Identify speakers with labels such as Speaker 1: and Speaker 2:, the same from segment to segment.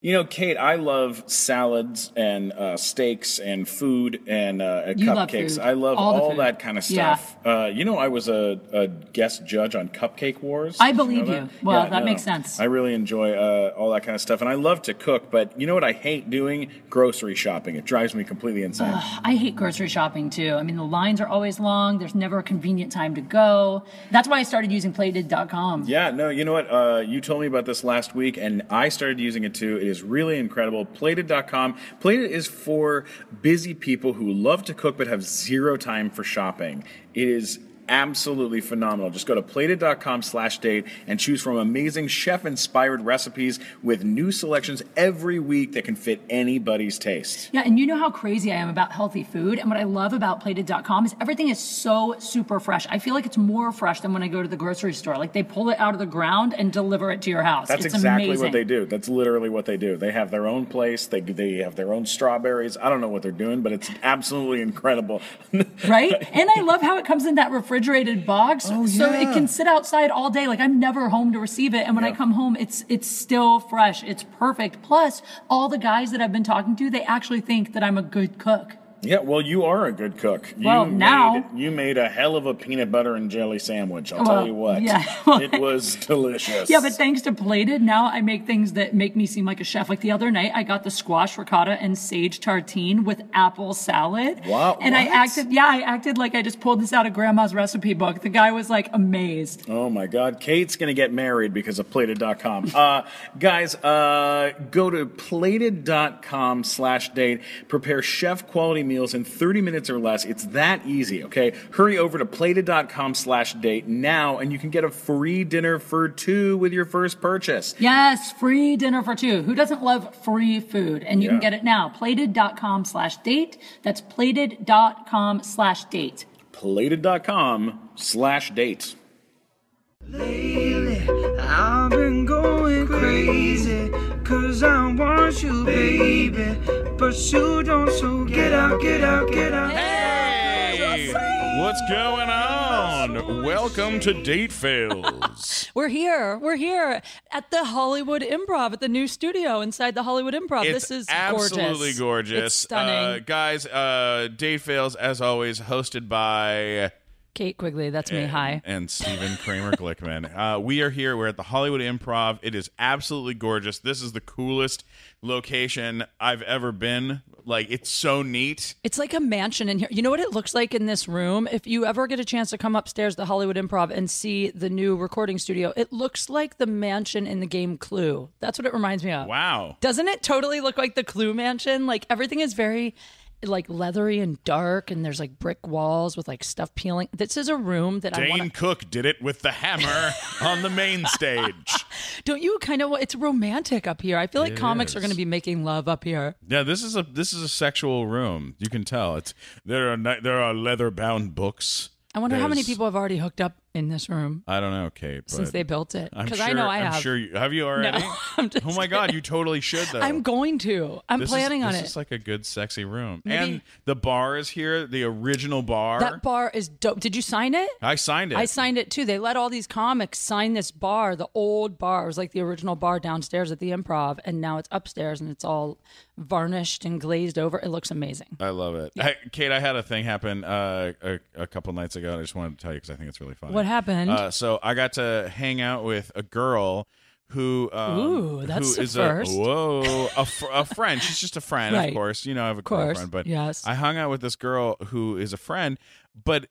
Speaker 1: You know, Kate, I love salads and uh, steaks and food and, uh, and
Speaker 2: You
Speaker 1: cupcakes.
Speaker 2: love food.
Speaker 1: I love
Speaker 2: All
Speaker 1: all,
Speaker 2: the food.
Speaker 1: that kind of
Speaker 2: Yeah.
Speaker 1: stuff. Uh, you know, I was a, a guest judge on Cupcake Wars.
Speaker 2: I
Speaker 1: Did know
Speaker 2: believe
Speaker 1: that?
Speaker 2: you. Well, that
Speaker 1: no.
Speaker 2: makes sense.
Speaker 1: I really enjoy uh, all that kind of stuff, and I love to cook. But you know what I hate doing? Grocery shopping. It drives me completely insane.
Speaker 2: I hate grocery shopping too. I mean, the lines are always long. There's never a convenient time to go. That's why I started using plated.com.
Speaker 1: Yeah, no, you know what? Uh, you told me about this last week, and I started using it too. It is really incredible. Plated.com. Plated is for busy people who love to cook but have zero time for shopping. It is absolutely phenomenal. Just go to plated.com slash date and choose from amazing chef inspired recipes with new selections every week that can fit anybody's taste.
Speaker 2: Yeah, and you know how crazy I am about healthy food. And what I love about plated.com is everything is so super fresh. I feel like it's more fresh than when I go to the grocery store. Like they pull it out of the ground and deliver it to your house.
Speaker 1: That's
Speaker 2: it's
Speaker 1: exactly
Speaker 2: amazing.
Speaker 1: what they do. That's literally what they do. They have their own place. They they have their own strawberries. I don't know what they're doing, but it's absolutely incredible.
Speaker 2: Right? And I love how it comes in that refrigerated box.
Speaker 1: Oh,
Speaker 2: So
Speaker 1: yeah.
Speaker 2: it can sit outside all day. Like I'm never home to receive it. And when I
Speaker 1: Yeah.
Speaker 2: come home, it's it's still fresh. It's perfect. Plus, all the guys that I've been talking to, they actually think that I'm a good cook.
Speaker 1: yeah, well, you are a good cook.
Speaker 2: Well,
Speaker 1: you
Speaker 2: now-
Speaker 1: made, you made a hell of a peanut butter and jelly sandwich. I'll tell
Speaker 2: Well,
Speaker 1: you what.
Speaker 2: yeah.
Speaker 1: it was delicious.
Speaker 2: Yeah, but thanks to plated, now I make things that make me seem like a chef. Like the other night, I got the squash ricotta and sage tartine with apple salad.
Speaker 1: Wow,
Speaker 2: And I
Speaker 1: what?
Speaker 2: acted, yeah, I acted like I just pulled this out of grandma's recipe book. The guy was like amazed.
Speaker 1: Oh my God, Kate's gonna get married because of Plated.com. Uh, guys, uh, go to Plated.com slash date. Prepare chef quality meals in 30 minutes or less. It's that easy, okay? Hurry over to Plated.com slash date now and you can get a free dinner for two with your first purchase.
Speaker 2: Yes, free dinner for two. Who doesn't love free food? And you can
Speaker 1: Yeah.
Speaker 2: get it now. Plated.com slash date. That's plated.com slash date.
Speaker 1: Plated.com slash date.
Speaker 3: Lately, I've been going crazy. Cause I want you, baby. But you don't, so get out, get out, get out.
Speaker 4: Hey, what's going on? Welcome to Date Fails.
Speaker 5: We're here. We're here at the Hollywood Improv, at the new studio inside the Hollywood Improv.
Speaker 4: it's
Speaker 5: this is
Speaker 4: absolutely gorgeous,
Speaker 5: It's
Speaker 4: Uh,
Speaker 5: stunning.
Speaker 4: guys. Uh, Date Fails, as always, hosted by
Speaker 5: Kate Quigley, that's me. Hi.
Speaker 4: and Stephen Kramer Glickman. Uh, we are here. We're at the Hollywood Improv. It is absolutely gorgeous. This is the coolest location I've ever been. Like it's so neat.
Speaker 5: It's like a mansion in here. You know what it looks like in this room? If you ever get a chance to come upstairs to Hollywood Improv and see the new recording studio, it looks like the mansion in the game Clue. That's what it reminds me of.
Speaker 4: Wow.
Speaker 5: Doesn't it totally look like the Clue Mansion? Like everything is very like leathery and dark and there's like brick walls with like stuff peeling. This is a room that I
Speaker 4: Dane
Speaker 5: want to
Speaker 4: Cook did it with the hammer on the main stage.
Speaker 5: Don't you kind of? It's romantic up here. I feel like comics are
Speaker 4: is.
Speaker 5: going to be making love up here.
Speaker 4: Yeah, this is a this is a sexual room. You can tell. It's there are ni- there are leather bound books.
Speaker 5: I wonder how many
Speaker 4: There's-
Speaker 5: people have already hooked up in this room
Speaker 4: I don't know, Kate. But
Speaker 5: since they built it.
Speaker 4: I'm
Speaker 5: Because
Speaker 4: sure,
Speaker 5: I know I
Speaker 4: am
Speaker 5: have.
Speaker 4: sure you, have you already.
Speaker 5: I'm just
Speaker 4: oh my god, you totally should though.
Speaker 5: I'm going to. I'm
Speaker 4: This is-
Speaker 5: planning on
Speaker 4: this
Speaker 5: it.
Speaker 4: is like a good sexy room,
Speaker 5: Maybe-
Speaker 4: and the bar is here. The original bar.
Speaker 5: that bar is dope. Did you sign it?
Speaker 4: I signed it.
Speaker 5: I signed it too. They let all these comics sign this bar, the old bar. It was like the original bar downstairs at the improv, and now it's upstairs and it's all varnished and glazed over. It looks amazing.
Speaker 4: I love it, I, Kate. I had a thing happen uh, a, a couple nights ago, and I just wanted to tell you because I think it's really funny.
Speaker 5: What happened?
Speaker 4: Uh, so I got to hang out with a girl who um,
Speaker 5: Ooh, that's
Speaker 4: who
Speaker 5: a
Speaker 4: is
Speaker 5: first.
Speaker 4: a whoa a, fr- a friend. She's just a friend, of
Speaker 5: Right.
Speaker 4: course. You know, I have a
Speaker 5: course,
Speaker 4: girlfriend, but
Speaker 5: yes.
Speaker 4: I hung out with this girl who is a friend, but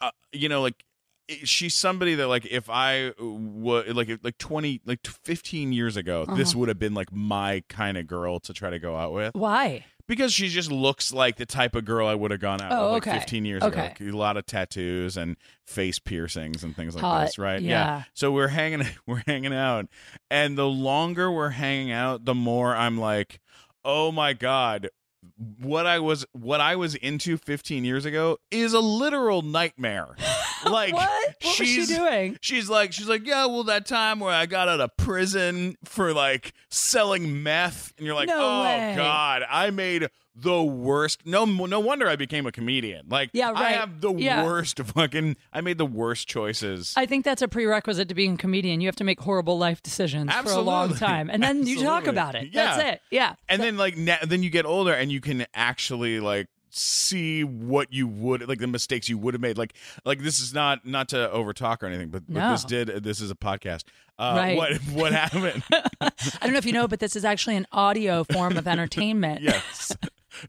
Speaker 4: uh, you know, like it- she's somebody that like if I would like if, like 20 like 15 years ago
Speaker 5: Uh-huh.
Speaker 4: this would have been like my kind of girl to try to go out with
Speaker 5: Why?
Speaker 4: because she just looks like the type of girl I would have gone out
Speaker 5: Oh,
Speaker 4: with like
Speaker 5: okay.
Speaker 4: 15 years
Speaker 5: Okay.
Speaker 4: ago. Like, a lot of tattoos and face piercings and things like
Speaker 5: Hot.
Speaker 4: this, right?
Speaker 5: Yeah.
Speaker 4: So we're hanging we're hanging out and the longer we're hanging out, the more I'm like, "Oh my god, what I was what I was into 15 years ago is a literal nightmare." Like
Speaker 5: What? What was she
Speaker 4: she's-
Speaker 5: doing?
Speaker 4: She's like, she's like, yeah, well, that time where I got out of prison for like selling meth, and you're like,
Speaker 5: No
Speaker 4: oh
Speaker 5: way.
Speaker 4: god, I made the worst. No, no wonder I became a comedian. Like,
Speaker 5: Yeah,
Speaker 4: I
Speaker 5: right.
Speaker 4: have the
Speaker 5: Yeah.
Speaker 4: worst fucking. I made the worst choices.
Speaker 5: I think that's a prerequisite to being a comedian. You have to make horrible life decisions for a long
Speaker 4: Absolutely.
Speaker 5: time, and then you talk
Speaker 4: Absolutely.
Speaker 5: about it.
Speaker 4: Yeah.
Speaker 5: That's it. Yeah.
Speaker 4: and then like na- then you get older and you can actually like see what you would like the mistakes you would have made like like this is not not to overtalk or anything but, but this
Speaker 5: No.
Speaker 4: did this is a podcast uh
Speaker 5: Right.
Speaker 4: what what happened
Speaker 5: I don't know if you know, but this is actually an audio form of entertainment.
Speaker 4: yes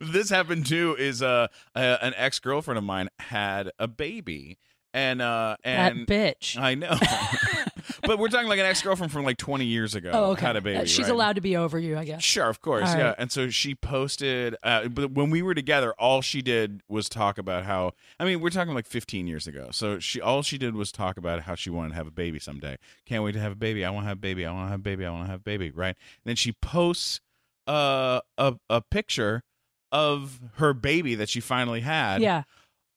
Speaker 4: this happened too is uh a, an ex-girlfriend of mine had a baby and uh
Speaker 5: That
Speaker 4: and
Speaker 5: bitch.
Speaker 4: i know but we're talking like an ex-girlfriend from like 20 years ago
Speaker 5: oh, okay.
Speaker 4: had a baby
Speaker 5: Uh, She's
Speaker 4: right?
Speaker 5: allowed to be over you, I guess.
Speaker 4: Sure, of course,
Speaker 5: All
Speaker 4: yeah.
Speaker 5: right.
Speaker 4: And so she posted, uh, but when we were together, all she did was talk about how. I mean, we're talking like 15 years ago. So she, all she did was talk about how she wanted to have a baby someday. Can't wait to have a baby. I want to have a baby. I want to have a baby. I want to have a baby. Right. then she posts uh, a a picture of her baby that she finally had.
Speaker 5: Yeah.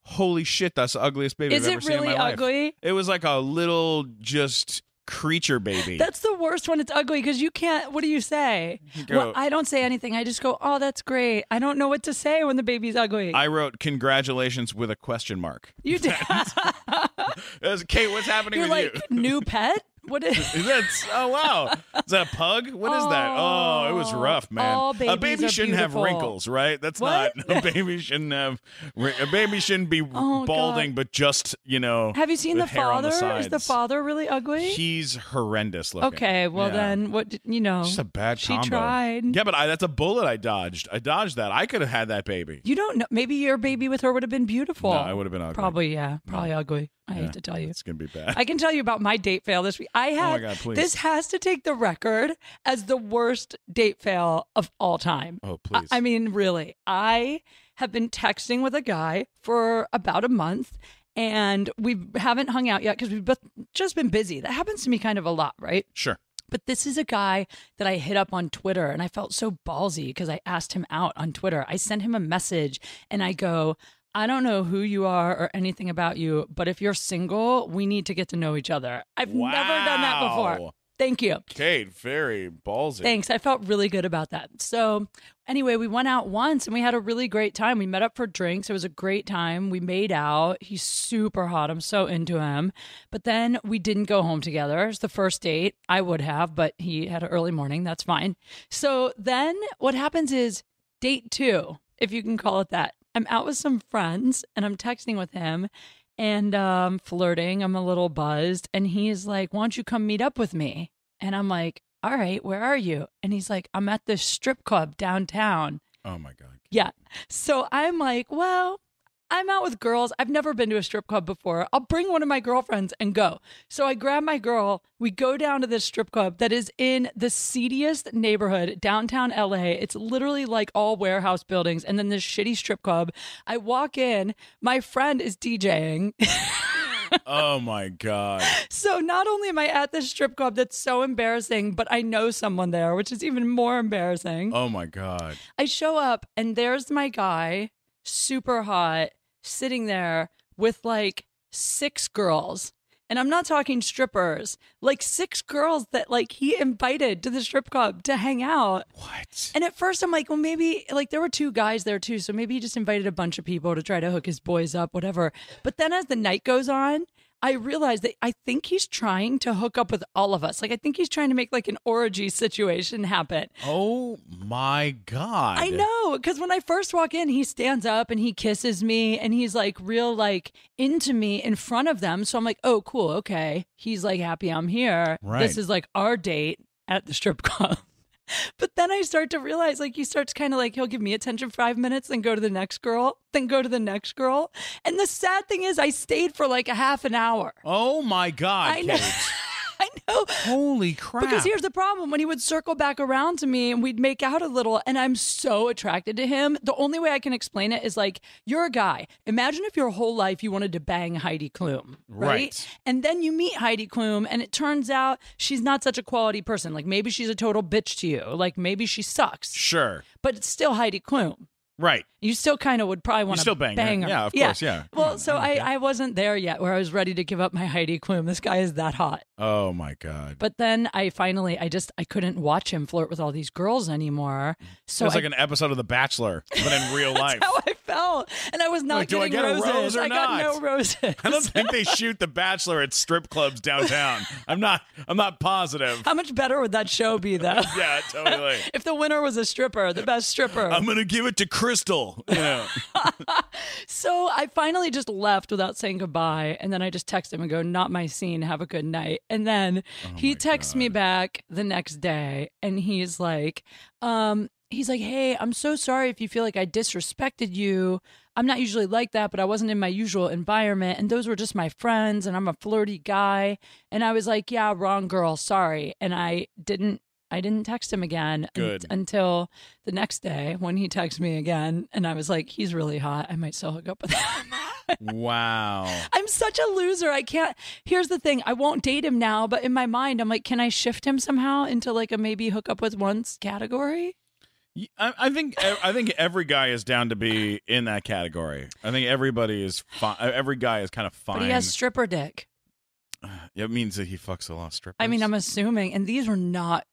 Speaker 4: Holy shit, that's the ugliest baby
Speaker 5: Is
Speaker 4: I've
Speaker 5: it
Speaker 4: ever seen in
Speaker 5: really
Speaker 4: my life.
Speaker 5: ugly?
Speaker 4: It was like a little just creature baby.
Speaker 5: That's the worst when it's ugly because you can't. What do you say?
Speaker 4: go-
Speaker 5: well, I don't say anything. I just go, "Oh, that's great." I don't know what to say when the baby's ugly.
Speaker 4: I wrote congratulations with a question mark.
Speaker 5: you did.
Speaker 4: That's- Kate, what's happening
Speaker 5: You're like
Speaker 4: with you?
Speaker 5: new pet. What is?
Speaker 4: That's oh wow. Is that a pug? What is that? Oh, it was
Speaker 5: Oh,
Speaker 4: rough, man.
Speaker 5: all
Speaker 4: a
Speaker 5: babies
Speaker 4: baby
Speaker 5: are
Speaker 4: shouldn't
Speaker 5: beautiful.
Speaker 4: have wrinkles, right? That's
Speaker 5: What?
Speaker 4: not a baby shouldn't have wri- a baby shouldn't be
Speaker 5: Oh,
Speaker 4: balding, but just you know.
Speaker 5: Have you seen
Speaker 4: with
Speaker 5: the
Speaker 4: hair on
Speaker 5: father? is the
Speaker 4: sides.
Speaker 5: father really ugly?
Speaker 4: He's horrendous looking.
Speaker 5: okay, well
Speaker 4: Yeah.
Speaker 5: then, what did- you know?
Speaker 4: Just a bad
Speaker 5: She
Speaker 4: combo.
Speaker 5: tried.
Speaker 4: Yeah, but I, that's a bullet I dodged. I dodged that. I could have had that baby.
Speaker 5: You don't know. Maybe your baby with her would have been beautiful.
Speaker 4: No, I would have been ugly.
Speaker 5: Probably, yeah. Probably ugly. I hate to tell you.
Speaker 4: It's gonna be bad.
Speaker 5: I can tell you about my date fail this week. I had
Speaker 4: Oh God, please.
Speaker 5: this has to take the record as the worst date fail of all time.
Speaker 4: oh
Speaker 5: I-
Speaker 4: please.
Speaker 5: I mean, really, I have been texting with a guy for about a month and we haven't hung out yet because we've both just been busy. That happens to me kind of a lot, right?
Speaker 4: sure.
Speaker 5: But this is a guy that I hit up on Twitter and I felt so ballsy because I asked him out on Twitter. I sent him a message and I go, I don't know who you are or anything about you, but if you're single, we need to get to know each other. I've never done that before.
Speaker 4: Wow.
Speaker 5: Thank you.
Speaker 4: Kate, very ballsy.
Speaker 5: Thanks. I felt really good about that. So, anyway, we went out once and we had a really great time. We met up for drinks. It was a great time. We made out. He's super hot. I'm so into him. But then we didn't go home together. It's the first date. I would have, but he had an early morning. That's fine. So, then what happens is date two, if you can call it that. I'm out with some friends and I'm texting with him and um, flirting. I'm a little buzzed. And he's like, Why don't you come meet up with me? And I'm like, All right, where are you? And he's like, I'm at this strip club downtown.
Speaker 4: Oh my god.
Speaker 5: Yeah. So I'm like, Well, I'm out with girls. I've never been to a strip club before. I'll bring one of my girlfriends and go. So I grab my girl. We go down to this strip club that is in the seediest neighborhood, downtown LA. It's literally like all warehouse buildings and then this shitty strip club. I walk in. My friend is DJing.
Speaker 4: Oh my god.
Speaker 5: So not only am I at this strip club that's so embarrassing, but I know someone there, which is even more embarrassing.
Speaker 4: Oh my god.
Speaker 5: I show up and there's my guy, super hot, sitting there with like six girls. And I'm not talking strippers, like six girls that like he invited to the strip club to hang out.
Speaker 4: What?
Speaker 5: And at first, I'm like, well, maybe like there were two guys there too, so maybe he just invited a bunch of people to try to hook his boys up, whatever. But then as the night goes on, I realize that I think he's trying to hook up with all of us. Like I think he's trying to make like an orgy situation happen.
Speaker 4: Oh my god.
Speaker 5: I know, because when I first walk in, he stands up and he kisses me and he's like real like into me in front of them. So I'm like, oh, cool, okay. He's like happy I'm here.
Speaker 4: Right.
Speaker 5: This is like our date at the strip club. But then I start to realize, like, he starts kind of like, he'll give me attention for five minutes, then go to the next girl, then go to the next girl. And the sad thing is, I stayed for like a half an hour.
Speaker 4: Oh my god.
Speaker 5: I know.
Speaker 4: Kate.
Speaker 5: I know.
Speaker 4: Holy crap.
Speaker 5: Because here's the problem when he would circle back around to me and we'd make out a little, and I'm so attracted to him. The only way I can explain it is like, you're a guy. Imagine if your whole life you wanted to bang Heidi Klum, right?
Speaker 4: Right.
Speaker 5: And then you meet Heidi Klum, and it turns out she's not such a quality person. Like maybe she's a total bitch to you, like maybe she sucks,
Speaker 4: sure.
Speaker 5: but it's still Heidi Klum.
Speaker 4: Right.
Speaker 5: You still kind of would probably want to
Speaker 4: still bang
Speaker 5: her.
Speaker 4: her. Yeah, of course, yeah. Come
Speaker 5: Well,
Speaker 4: on,
Speaker 5: so
Speaker 4: I'm
Speaker 5: I,
Speaker 4: okay.
Speaker 5: I wasn't there yet where I was ready to give up my Heidi Klum. This guy is that hot.
Speaker 4: Oh my god.
Speaker 5: But then I finally, I just, I couldn't watch him flirt with all these girls anymore. So
Speaker 4: Feels
Speaker 5: I,
Speaker 4: like an episode of The Bachelor, but in real life.
Speaker 5: how I felt, and I was not
Speaker 4: Like, do I
Speaker 5: getting
Speaker 4: get a
Speaker 5: roses.
Speaker 4: rose or
Speaker 5: I got
Speaker 4: not?
Speaker 5: no roses.
Speaker 4: I don't think they shoot The Bachelor at strip clubs downtown. I'm not. I'm not positive.
Speaker 5: How much better would that show be though?
Speaker 4: Yeah, totally.
Speaker 5: If the winner was a stripper, the best stripper.
Speaker 4: I'm gonna give it to Crystal. You know.
Speaker 5: so I finally just left without saying goodbye. And then I just text him and go, not my scene. Have a good night. And then he texts me back the next day and he's like, um, he's like, hey, I'm so sorry if you feel like I disrespected you. I'm not usually like that, but I wasn't in my usual environment. And those were just my friends. And I'm a flirty guy. And I was like, yeah, wrong girl. Sorry. And I didn't. I didn't text him again un-
Speaker 4: Good.
Speaker 5: until the next day when he texted me again. And I was like, he's really hot. I might still hook up with him.
Speaker 4: wow.
Speaker 5: I'm such a loser. I can't. Here's the thing I won't date him now, but in my mind, I'm like, can I shift him somehow into like a maybe hook up with once category?
Speaker 4: Y- I, I think e, I think every guy is down to be in that category. I think everybody is fine. Every guy is kind of fine.
Speaker 5: But he has stripper dick.
Speaker 4: it means that he fucks a lot of strippers.
Speaker 5: I mean, I'm assuming. And these were not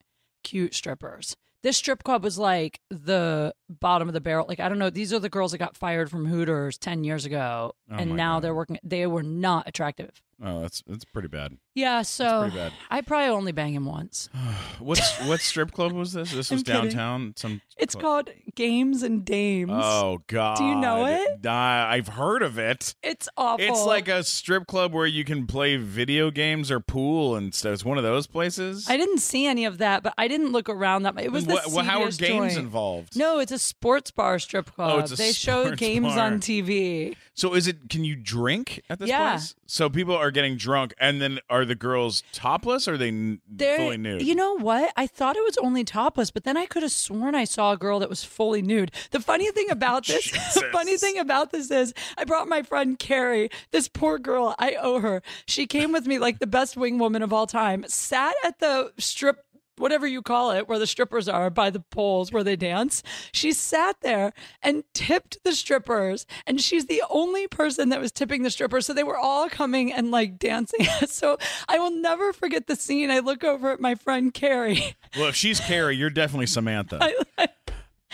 Speaker 5: cute strippers. This strip club was like the bottom of the barrel. Like, I don't know. These are the girls that got fired from Hooters 10 years ago.
Speaker 4: Oh my
Speaker 5: and now
Speaker 4: God.
Speaker 5: they're working. They were not attractive.
Speaker 4: Oh, that's that's pretty bad.
Speaker 5: Yeah, so
Speaker 4: pretty bad.
Speaker 5: I probably only bang him once.
Speaker 4: What's what strip club was this? This
Speaker 5: I'm
Speaker 4: was
Speaker 5: kidding.
Speaker 4: downtown. Some
Speaker 5: It's
Speaker 4: club.
Speaker 5: called Games and Dames.
Speaker 4: Oh God!
Speaker 5: Do you know it?
Speaker 4: Uh, I've heard of it.
Speaker 5: It's awful.
Speaker 4: It's like a strip club where you can play video games or pool and stuff. It's one of those places.
Speaker 5: I didn't see any of that, but I didn't look around that. much. It was the
Speaker 4: What- what- how are
Speaker 5: seediest
Speaker 4: games
Speaker 5: joint.
Speaker 4: involved? Oh,
Speaker 5: No, it's a sports bar strip club.
Speaker 4: it's a
Speaker 5: they show
Speaker 4: sports
Speaker 5: games
Speaker 4: bar.
Speaker 5: on TV.
Speaker 4: So is it? Can you drink at this
Speaker 5: Yeah.
Speaker 4: place? So people are getting drunk, and then are the girls topless? Or are they n-
Speaker 5: They're,
Speaker 4: fully nude?
Speaker 5: You know what? I thought it was only topless, but then I could have sworn I saw a girl that was fully nude. The funny thing about this, the funny thing about this is, I brought my friend Carrie. This poor girl, I owe her. She came with me like the best wing woman of all time. Sat at the strip. Whatever you call it, where the strippers are by the poles where they dance. She sat there and tipped the strippers, and she's the only person that was tipping the strippers. So they were all coming and like dancing. so I will never forget the scene. I look over at my friend Carrie.
Speaker 4: well, if she's Carrie, you're definitely Samantha.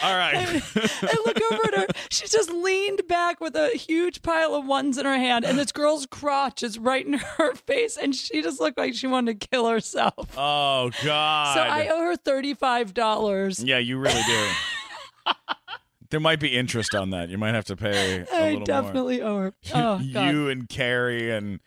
Speaker 4: All right.
Speaker 5: I look over at her. She's just leaned back with a huge pile of ones in her hand, and this girl's crotch is right in her face, and she just looked like she wanted to kill herself.
Speaker 4: oh God.
Speaker 5: So I owe her thirty-five dollars.
Speaker 4: yeah, you really do. there might be interest on that. You might have to pay. a
Speaker 5: I
Speaker 4: little
Speaker 5: definitely owe her.
Speaker 4: More.
Speaker 5: Oh God!
Speaker 4: you and Carrie and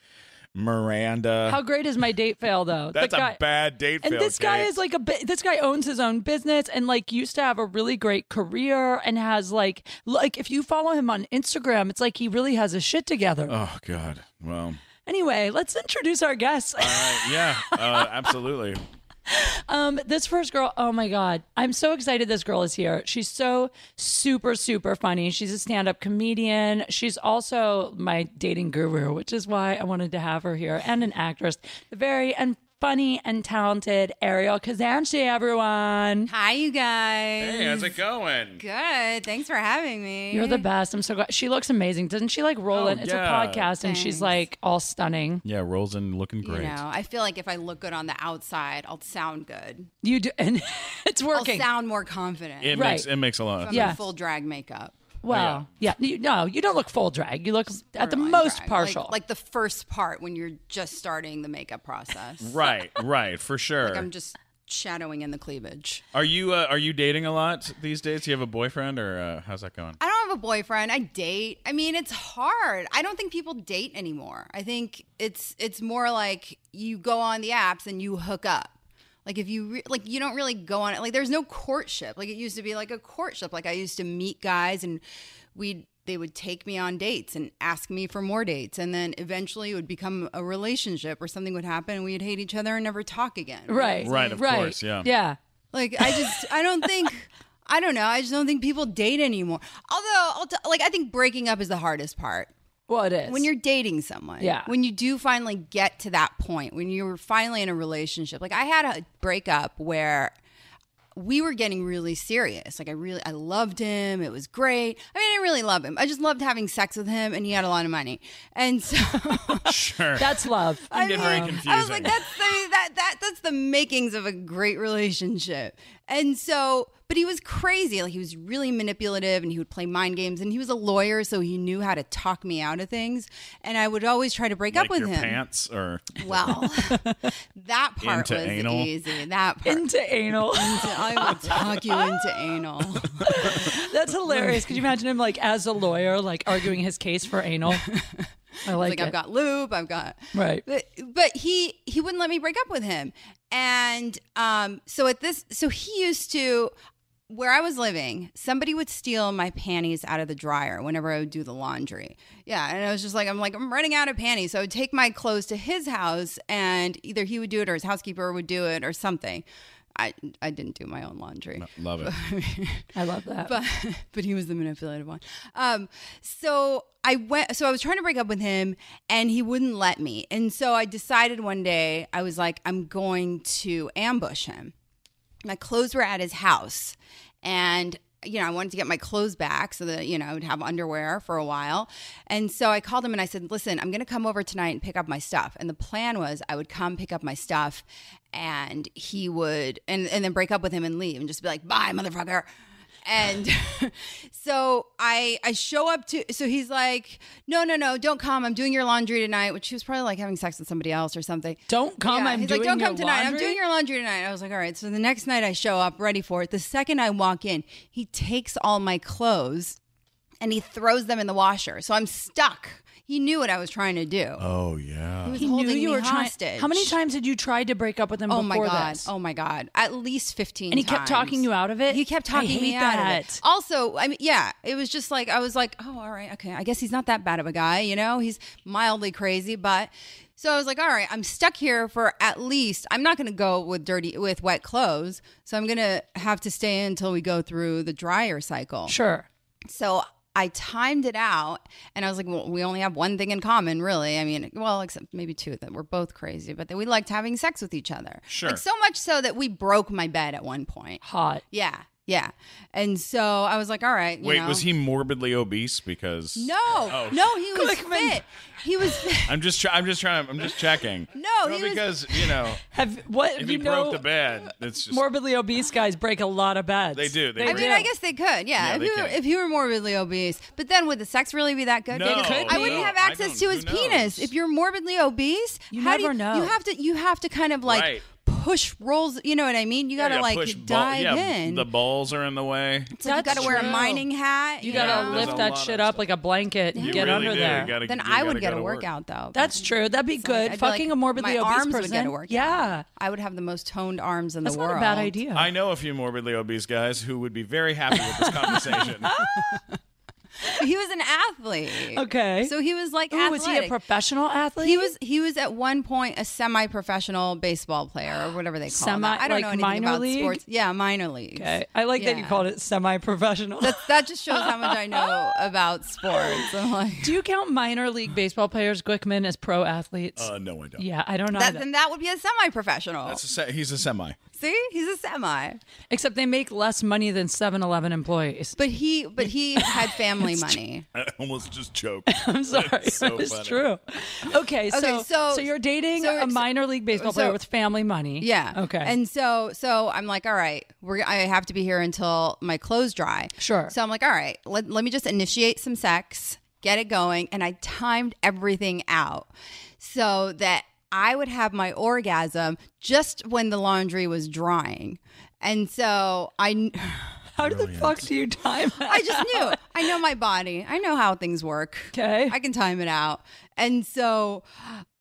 Speaker 4: Miranda.
Speaker 5: How great is my date fail though? The
Speaker 4: That's
Speaker 5: guy-
Speaker 4: a bad date.
Speaker 5: And
Speaker 4: fail,
Speaker 5: this guy
Speaker 4: Kate.
Speaker 5: is like a bi- this guy owns his own business and like used to have a really great career and has like like if you follow him on Instagram, it's like he really has his shit together.
Speaker 4: Oh God. Well.
Speaker 5: Anyway, let's introduce our guests.
Speaker 4: Uh, yeah. Uh, absolutely.
Speaker 5: Um, this first girl, oh my God, I'm so excited this girl is here. She's so super, super funny. She's a stand up comedian. She's also my dating guru, which is why I wanted to have her here and an actress. The very and funny and talented Ariel Kazanchi, everyone.
Speaker 6: Hi, you guys.
Speaker 4: Hey, how's it going?
Speaker 6: Good. Thanks for having me.
Speaker 5: You're the best. I'm so glad. She looks amazing. Doesn't she like roll
Speaker 4: Oh,
Speaker 5: in? It's
Speaker 4: yeah.
Speaker 5: a podcast and she's
Speaker 6: Thanks.
Speaker 5: like all stunning.
Speaker 4: Yeah, rolls in looking
Speaker 6: You
Speaker 4: great.
Speaker 6: know, I feel like if I look good on the outside, I'll sound good.
Speaker 5: You do, and it's working.
Speaker 6: I'll sound more confident.
Speaker 4: It
Speaker 5: Right.
Speaker 4: makes it makes a lot. Of
Speaker 6: I'm
Speaker 5: Yeah.
Speaker 4: yeah.
Speaker 5: Yes.
Speaker 6: in full drag makeup.
Speaker 5: well, yeah. You, no, you don't look full drag. You look at the
Speaker 6: Borderline
Speaker 5: most
Speaker 6: drag.
Speaker 5: partial.
Speaker 6: Like, like the first part when you're just starting the makeup process.
Speaker 4: Right, right, for sure.
Speaker 6: I'm just shadowing in the cleavage.
Speaker 4: are you uh, are you dating a lot these days? Do you have a boyfriend or uh, how's that going?
Speaker 6: I don't have a boyfriend. I date. I mean, it's hard. I don't think people date anymore. I think it's it's more like you go on the apps and you hook up. Like if you re- like you don't really go on it. Like there's no courtship. Like it used to be like a courtship. Like I used to meet guys and we'd they would take me on dates and ask me for more dates and then eventually it would become a relationship or something would happen and we'd hate each other and never talk again.
Speaker 5: right.
Speaker 4: Right, of course, yeah.
Speaker 5: Yeah.
Speaker 6: Like I just I don't think I don't know. I just don't think people date anymore. Although I'll t- like I think breaking up is the hardest part.
Speaker 5: Well, it is.
Speaker 6: When you're dating someone,
Speaker 5: Yeah.
Speaker 6: When you do finally get to that point, when you're finally in a relationship, like I had a breakup where we were getting really serious. Like I really I loved him. It was great. I mean, I didn't really love him. I just loved having sex with him and he had a lot of money. And so
Speaker 4: Sure.
Speaker 5: That's love.
Speaker 6: I
Speaker 4: get very confused.
Speaker 6: I was like,
Speaker 4: confusing.
Speaker 6: that's the that that that's the makings of a great relationship. And so, but he was crazy. Like he was really manipulative, and he would play mind games. And he was a lawyer, so he knew how to talk me out of things. And I would always try to break
Speaker 4: like
Speaker 6: up with
Speaker 4: your
Speaker 6: him.
Speaker 4: pants or
Speaker 6: Well, that part
Speaker 4: Into
Speaker 6: was
Speaker 4: anal?
Speaker 6: easy. That part.
Speaker 5: into anal.
Speaker 6: I will talk you into anal.
Speaker 5: That's hilarious. Could you imagine him like as a lawyer, like arguing his case for anal? I like,
Speaker 6: like
Speaker 5: it.
Speaker 6: I've got lube, I've got
Speaker 5: Right.
Speaker 6: But, but he he wouldn't let me break up with him, and um, so at this, so he used to where I was living, somebody would steal my panties out of the dryer whenever I would do the laundry. Yeah, and I was just like, I'm like I'm running out of panties, so I would take my clothes to his house, and either he would do it or his housekeeper would do it or something. I I didn't do my own laundry
Speaker 4: love it.
Speaker 5: I love that.
Speaker 6: but but he was the manipulative one. Um, so I went. So I was trying to break up with him, and he wouldn't let me. And so I decided one day I was like, I'm going to ambush him. My clothes were at his house, and you know I wanted to get my clothes back so that you know I would have underwear for a while. And so I called him and I said, Listen, I'm going to come over tonight and pick up my stuff. And the plan was I would come pick up my stuff. And he would, and, and then break up with him and leave and just be like, bye, motherfucker and so I I show up to so he's like no no no don't come I'm doing your laundry tonight which he was probably like having sex with somebody else or something
Speaker 5: don't come.
Speaker 6: Yeah,
Speaker 5: I'm
Speaker 6: he's
Speaker 5: doing
Speaker 6: like don't
Speaker 5: your
Speaker 6: come tonight I'm
Speaker 5: laundry."
Speaker 6: doing your laundry tonight I was like all right so the next night I show up ready for it the second I walk in he takes all my clothes and he throws them in the washer so I'm stuck he knew what I was trying to do
Speaker 4: Oh yeah.
Speaker 6: was
Speaker 5: He knew
Speaker 6: holding
Speaker 5: you
Speaker 6: me
Speaker 5: were trying.
Speaker 6: hostage.
Speaker 5: How many times had you tried to break up with him
Speaker 6: Oh
Speaker 5: before
Speaker 6: my god!
Speaker 5: this?
Speaker 6: Oh my god! At least fifteen.
Speaker 5: And he kept
Speaker 6: times.
Speaker 5: talking you out of it?
Speaker 6: He kept
Speaker 5: I
Speaker 6: talking me
Speaker 5: hate
Speaker 6: out of
Speaker 5: that.
Speaker 6: it. Also, I mean, yeah, it was just like I was like, oh, all right, okay. I guess he's not that bad of a guy, you know. He's mildly crazy, but so I was like, all right, I'm stuck here for at least. I'm not going to go with dirty with wet clothes, so I'm going to have to stay in until we go through the dryer cycle.
Speaker 5: Sure.
Speaker 6: So I timed it out and I was like, well, we only have one thing in common, really. I mean, well, except maybe two that we're both crazy, but that we liked having sex with each other.
Speaker 4: Sure.
Speaker 6: Like, so much so that we broke my bed at one point.
Speaker 5: Hot.
Speaker 6: Yeah. Yeah. And so I was like, all right. you
Speaker 4: Wait,
Speaker 6: know.
Speaker 4: was he Oh. morbidly obese? Because
Speaker 6: No, no, he was fit. He was fit.
Speaker 4: I'm just, try- I'm just trying. I'm just checking.
Speaker 6: No, he was-
Speaker 4: because you know,
Speaker 5: Have what
Speaker 4: if
Speaker 5: you
Speaker 4: he
Speaker 5: know?
Speaker 4: broke the
Speaker 6: uh,
Speaker 4: bed, it's just
Speaker 5: Morbidly obese guys break a lot of beds.
Speaker 4: They do, they
Speaker 6: I
Speaker 4: do.
Speaker 6: mean, I guess they could,
Speaker 4: Yeah,
Speaker 6: yeah. if,
Speaker 4: they
Speaker 6: he were,
Speaker 4: can.
Speaker 6: if he were morbidly obese, but then would the sex really be that good?
Speaker 4: No,
Speaker 6: Because
Speaker 4: It could
Speaker 6: I
Speaker 4: be.
Speaker 6: wouldn't
Speaker 4: no,
Speaker 6: have
Speaker 4: I
Speaker 6: access to
Speaker 4: don't-
Speaker 6: his
Speaker 4: who knows?
Speaker 6: penis. If you're morbidly obese,
Speaker 5: You
Speaker 6: how do
Speaker 5: never
Speaker 6: you,
Speaker 5: know.
Speaker 6: You have to, you have to kind of like
Speaker 4: Right.
Speaker 6: push rolls. You know what I mean? You
Speaker 4: Yeah,
Speaker 6: got to
Speaker 4: you
Speaker 6: like
Speaker 4: push ball-
Speaker 6: dive
Speaker 4: yeah,
Speaker 6: in.
Speaker 4: The balls are in the way.
Speaker 6: It's like you
Speaker 5: That's
Speaker 6: got to wear a
Speaker 5: true.
Speaker 6: mining hat.
Speaker 5: You
Speaker 4: Yeah,
Speaker 5: gotta
Speaker 4: there's a
Speaker 5: lift
Speaker 4: lot
Speaker 5: that
Speaker 4: of
Speaker 5: shit up
Speaker 4: stuff.
Speaker 5: like a blanket and
Speaker 4: You
Speaker 5: get
Speaker 4: really
Speaker 5: under
Speaker 4: do.
Speaker 5: there.
Speaker 4: You gotta,
Speaker 6: then
Speaker 4: you
Speaker 6: I
Speaker 4: gotta
Speaker 6: would get
Speaker 4: go
Speaker 6: a
Speaker 4: to work.
Speaker 6: workout though.
Speaker 5: That's true. That'd be
Speaker 6: like,
Speaker 5: good.
Speaker 6: I'd be
Speaker 5: Fucking
Speaker 6: like,
Speaker 5: a morbidly
Speaker 6: my
Speaker 5: obese
Speaker 6: arms
Speaker 5: person.
Speaker 6: would get a workout.
Speaker 5: Yeah,
Speaker 6: I would have the most toned arms in
Speaker 5: that's
Speaker 6: the
Speaker 5: not
Speaker 6: world.
Speaker 5: a bad idea.
Speaker 4: I know a few morbidly obese guys who would be very happy with this conversation.
Speaker 6: He was an athlete.
Speaker 5: Okay.
Speaker 6: So he was like
Speaker 5: Ooh, was he a
Speaker 6: athletic.
Speaker 5: professional athlete?
Speaker 6: He was he was at one point a semi-professional baseball player or whatever they call
Speaker 5: Semi-
Speaker 6: it. I don't
Speaker 5: like
Speaker 6: know anything
Speaker 5: minor
Speaker 6: about
Speaker 5: league?
Speaker 6: sports. Yeah, minor league.
Speaker 5: Okay. I like that you
Speaker 6: Yeah.
Speaker 5: called it semi-professional.
Speaker 6: That that just shows how much I know about sports. I'm like,
Speaker 5: do you count minor league baseball players, Glickman, as pro athletes?
Speaker 4: uh, no, I don't.
Speaker 5: yeah, I don't know.
Speaker 6: that,
Speaker 5: either.
Speaker 6: then that would be a semi-professional.
Speaker 4: That's a se- he's a semi.
Speaker 6: See, he's a semi,
Speaker 5: Except they make less money than 7-Eleven employees.
Speaker 6: but he but he had family money.
Speaker 4: I almost just choked.
Speaker 5: I'm sorry,
Speaker 4: That's so
Speaker 5: it's
Speaker 4: funny.
Speaker 5: true. Okay, so, so
Speaker 6: so-
Speaker 5: you're dating
Speaker 6: so-
Speaker 5: a minor league baseball player
Speaker 6: so-
Speaker 5: with family money.
Speaker 6: Yeah.
Speaker 5: Okay.
Speaker 6: And so so I'm like, all right, we're I have to be here until my clothes dry.
Speaker 5: Sure.
Speaker 6: So I'm like, all right, let, let me just initiate some sex, get it going, and I timed everything out so that I would have my orgasm just when the laundry was drying. And so I
Speaker 5: how the fuck do you time?
Speaker 6: I just knew. I know my body. I know how things work.
Speaker 5: Okay.
Speaker 6: I can time it out. And so,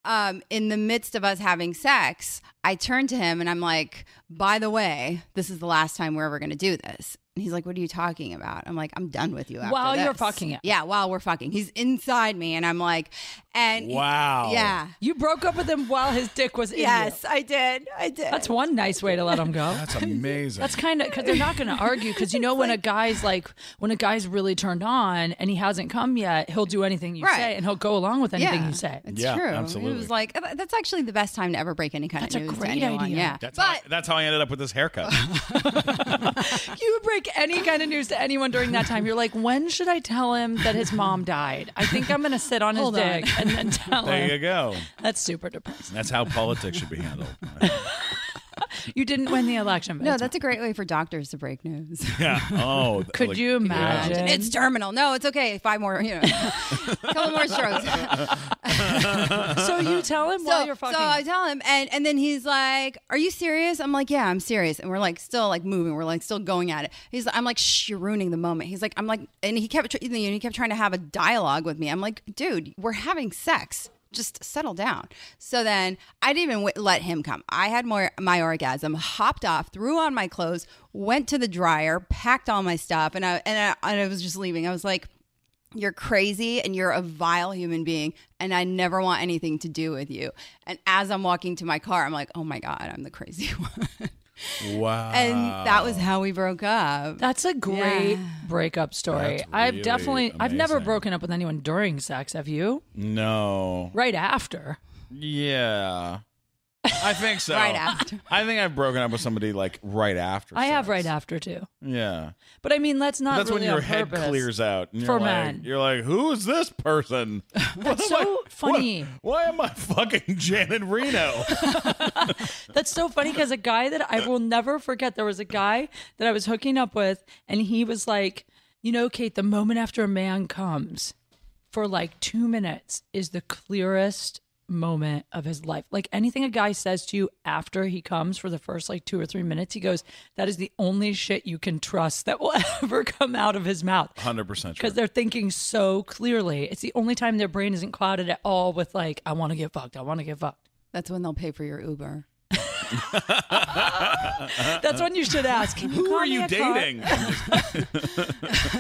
Speaker 6: um, in the midst of us having sex, I turned to him and I'm like, by the way, this is the last time we're ever going to do this. And And he's like, "What are you talking about?" I'm like, "I'm done with you." After
Speaker 5: While you're
Speaker 6: this."
Speaker 5: fucking it.
Speaker 6: yeah. While we're fucking, he's inside me, and I'm like, and
Speaker 4: Wow.
Speaker 6: yeah,
Speaker 5: You broke up with him while his dick was in you.
Speaker 6: yes, I did, I did.
Speaker 5: That's one nice way to let him go.
Speaker 4: That's amazing.
Speaker 5: That's kind of because they're not going to argue. Because you know, when a guy's like, when a guy's really turned on and he hasn't come yet, he'll do anything you
Speaker 6: Right.
Speaker 5: say and he'll go along with anything you say.
Speaker 6: It's
Speaker 4: Yeah,
Speaker 6: true.
Speaker 4: absolutely.
Speaker 6: It was like "Uh, that's actually the best time to ever break any kind
Speaker 5: That's a
Speaker 6: of news
Speaker 5: great
Speaker 6: to anyone.
Speaker 5: idea.
Speaker 6: Yeah,
Speaker 4: That's, how,
Speaker 6: but
Speaker 4: that's how I ended up with this haircut.
Speaker 5: You would break any kind of news to anyone during that time. You're like, when should I tell him that his mom died? I think I'm going to sit on his
Speaker 6: Hold on.
Speaker 5: dick and then tell
Speaker 4: there
Speaker 5: him.
Speaker 4: you go.
Speaker 5: That's super depressing.
Speaker 4: That's how politics should be handled.
Speaker 5: You didn't win the election. But
Speaker 6: no,
Speaker 5: it's
Speaker 6: that's a great way for doctors to break news.
Speaker 4: Yeah. Oh.
Speaker 5: Could
Speaker 4: like-
Speaker 5: you imagine?
Speaker 4: Yeah.
Speaker 6: It's terminal. No, it's okay. Five more, you know, couple more strokes.
Speaker 5: so you tell him while you're fucking.
Speaker 6: so I tell him, and and then he's like, "Are you serious?" I'm like, "Yeah, I'm serious." And we're like, still like moving. We're like, still going at it. He's, I'm like, "Shh, you're ruining the moment." He's like, "I'm like," and he kept, tr- you know, he kept trying to have a dialogue with me. I'm like, "Dude, we're having sex." Just settle down. So then I didn't even w- let him come. I had more my orgasm, hopped off, threw on my clothes, went to the dryer, packed all my stuff, and I and I, and I was just leaving. I was like, you're crazy and you're a vile human being and i never want anything to do with you and as i'm walking to my car i'm like oh my god i'm the crazy one
Speaker 4: Wow.
Speaker 6: and that
Speaker 5: Oh.
Speaker 6: was how we broke up
Speaker 5: That's a great breakup story.
Speaker 4: That's really
Speaker 5: I've definitely, I've never
Speaker 4: amazing.
Speaker 5: broken up with anyone during sex. Have you?
Speaker 4: no.
Speaker 5: Right after.
Speaker 4: Yeah. I think so.
Speaker 6: right after
Speaker 4: I think I've broken up with somebody like right after.
Speaker 5: I have
Speaker 4: sex.
Speaker 5: right after too.
Speaker 4: Yeah.
Speaker 5: But I mean, let's not.
Speaker 4: But that's
Speaker 5: really
Speaker 4: when your
Speaker 5: on
Speaker 4: head
Speaker 5: purpose.
Speaker 4: clears out. And you're
Speaker 5: For
Speaker 4: like,
Speaker 5: men.
Speaker 4: You're like, who is this person? That's
Speaker 5: so funny.
Speaker 4: why am I fucking Janet Reno?
Speaker 5: That's so funny because a guy that I will never forget, there was a guy that I was hooking up with, and he was like, You know, Kate, the moment after a man comes for like two minutes is the clearest moment of his life. Like anything a guy says to you after he comes for the first like two or three minutes, he goes, That is the only shit you can trust that will ever come out of his mouth.
Speaker 4: 100% true.
Speaker 5: Because they're thinking so clearly. It's the only time their brain isn't clouded at all with like, I want to get fucked. I want to get fucked.
Speaker 6: that's when they'll pay for your uber
Speaker 5: That's when you should ask. Can you
Speaker 4: Uh, Who
Speaker 5: call
Speaker 4: are
Speaker 5: me
Speaker 4: you
Speaker 5: a car?"
Speaker 4: dating?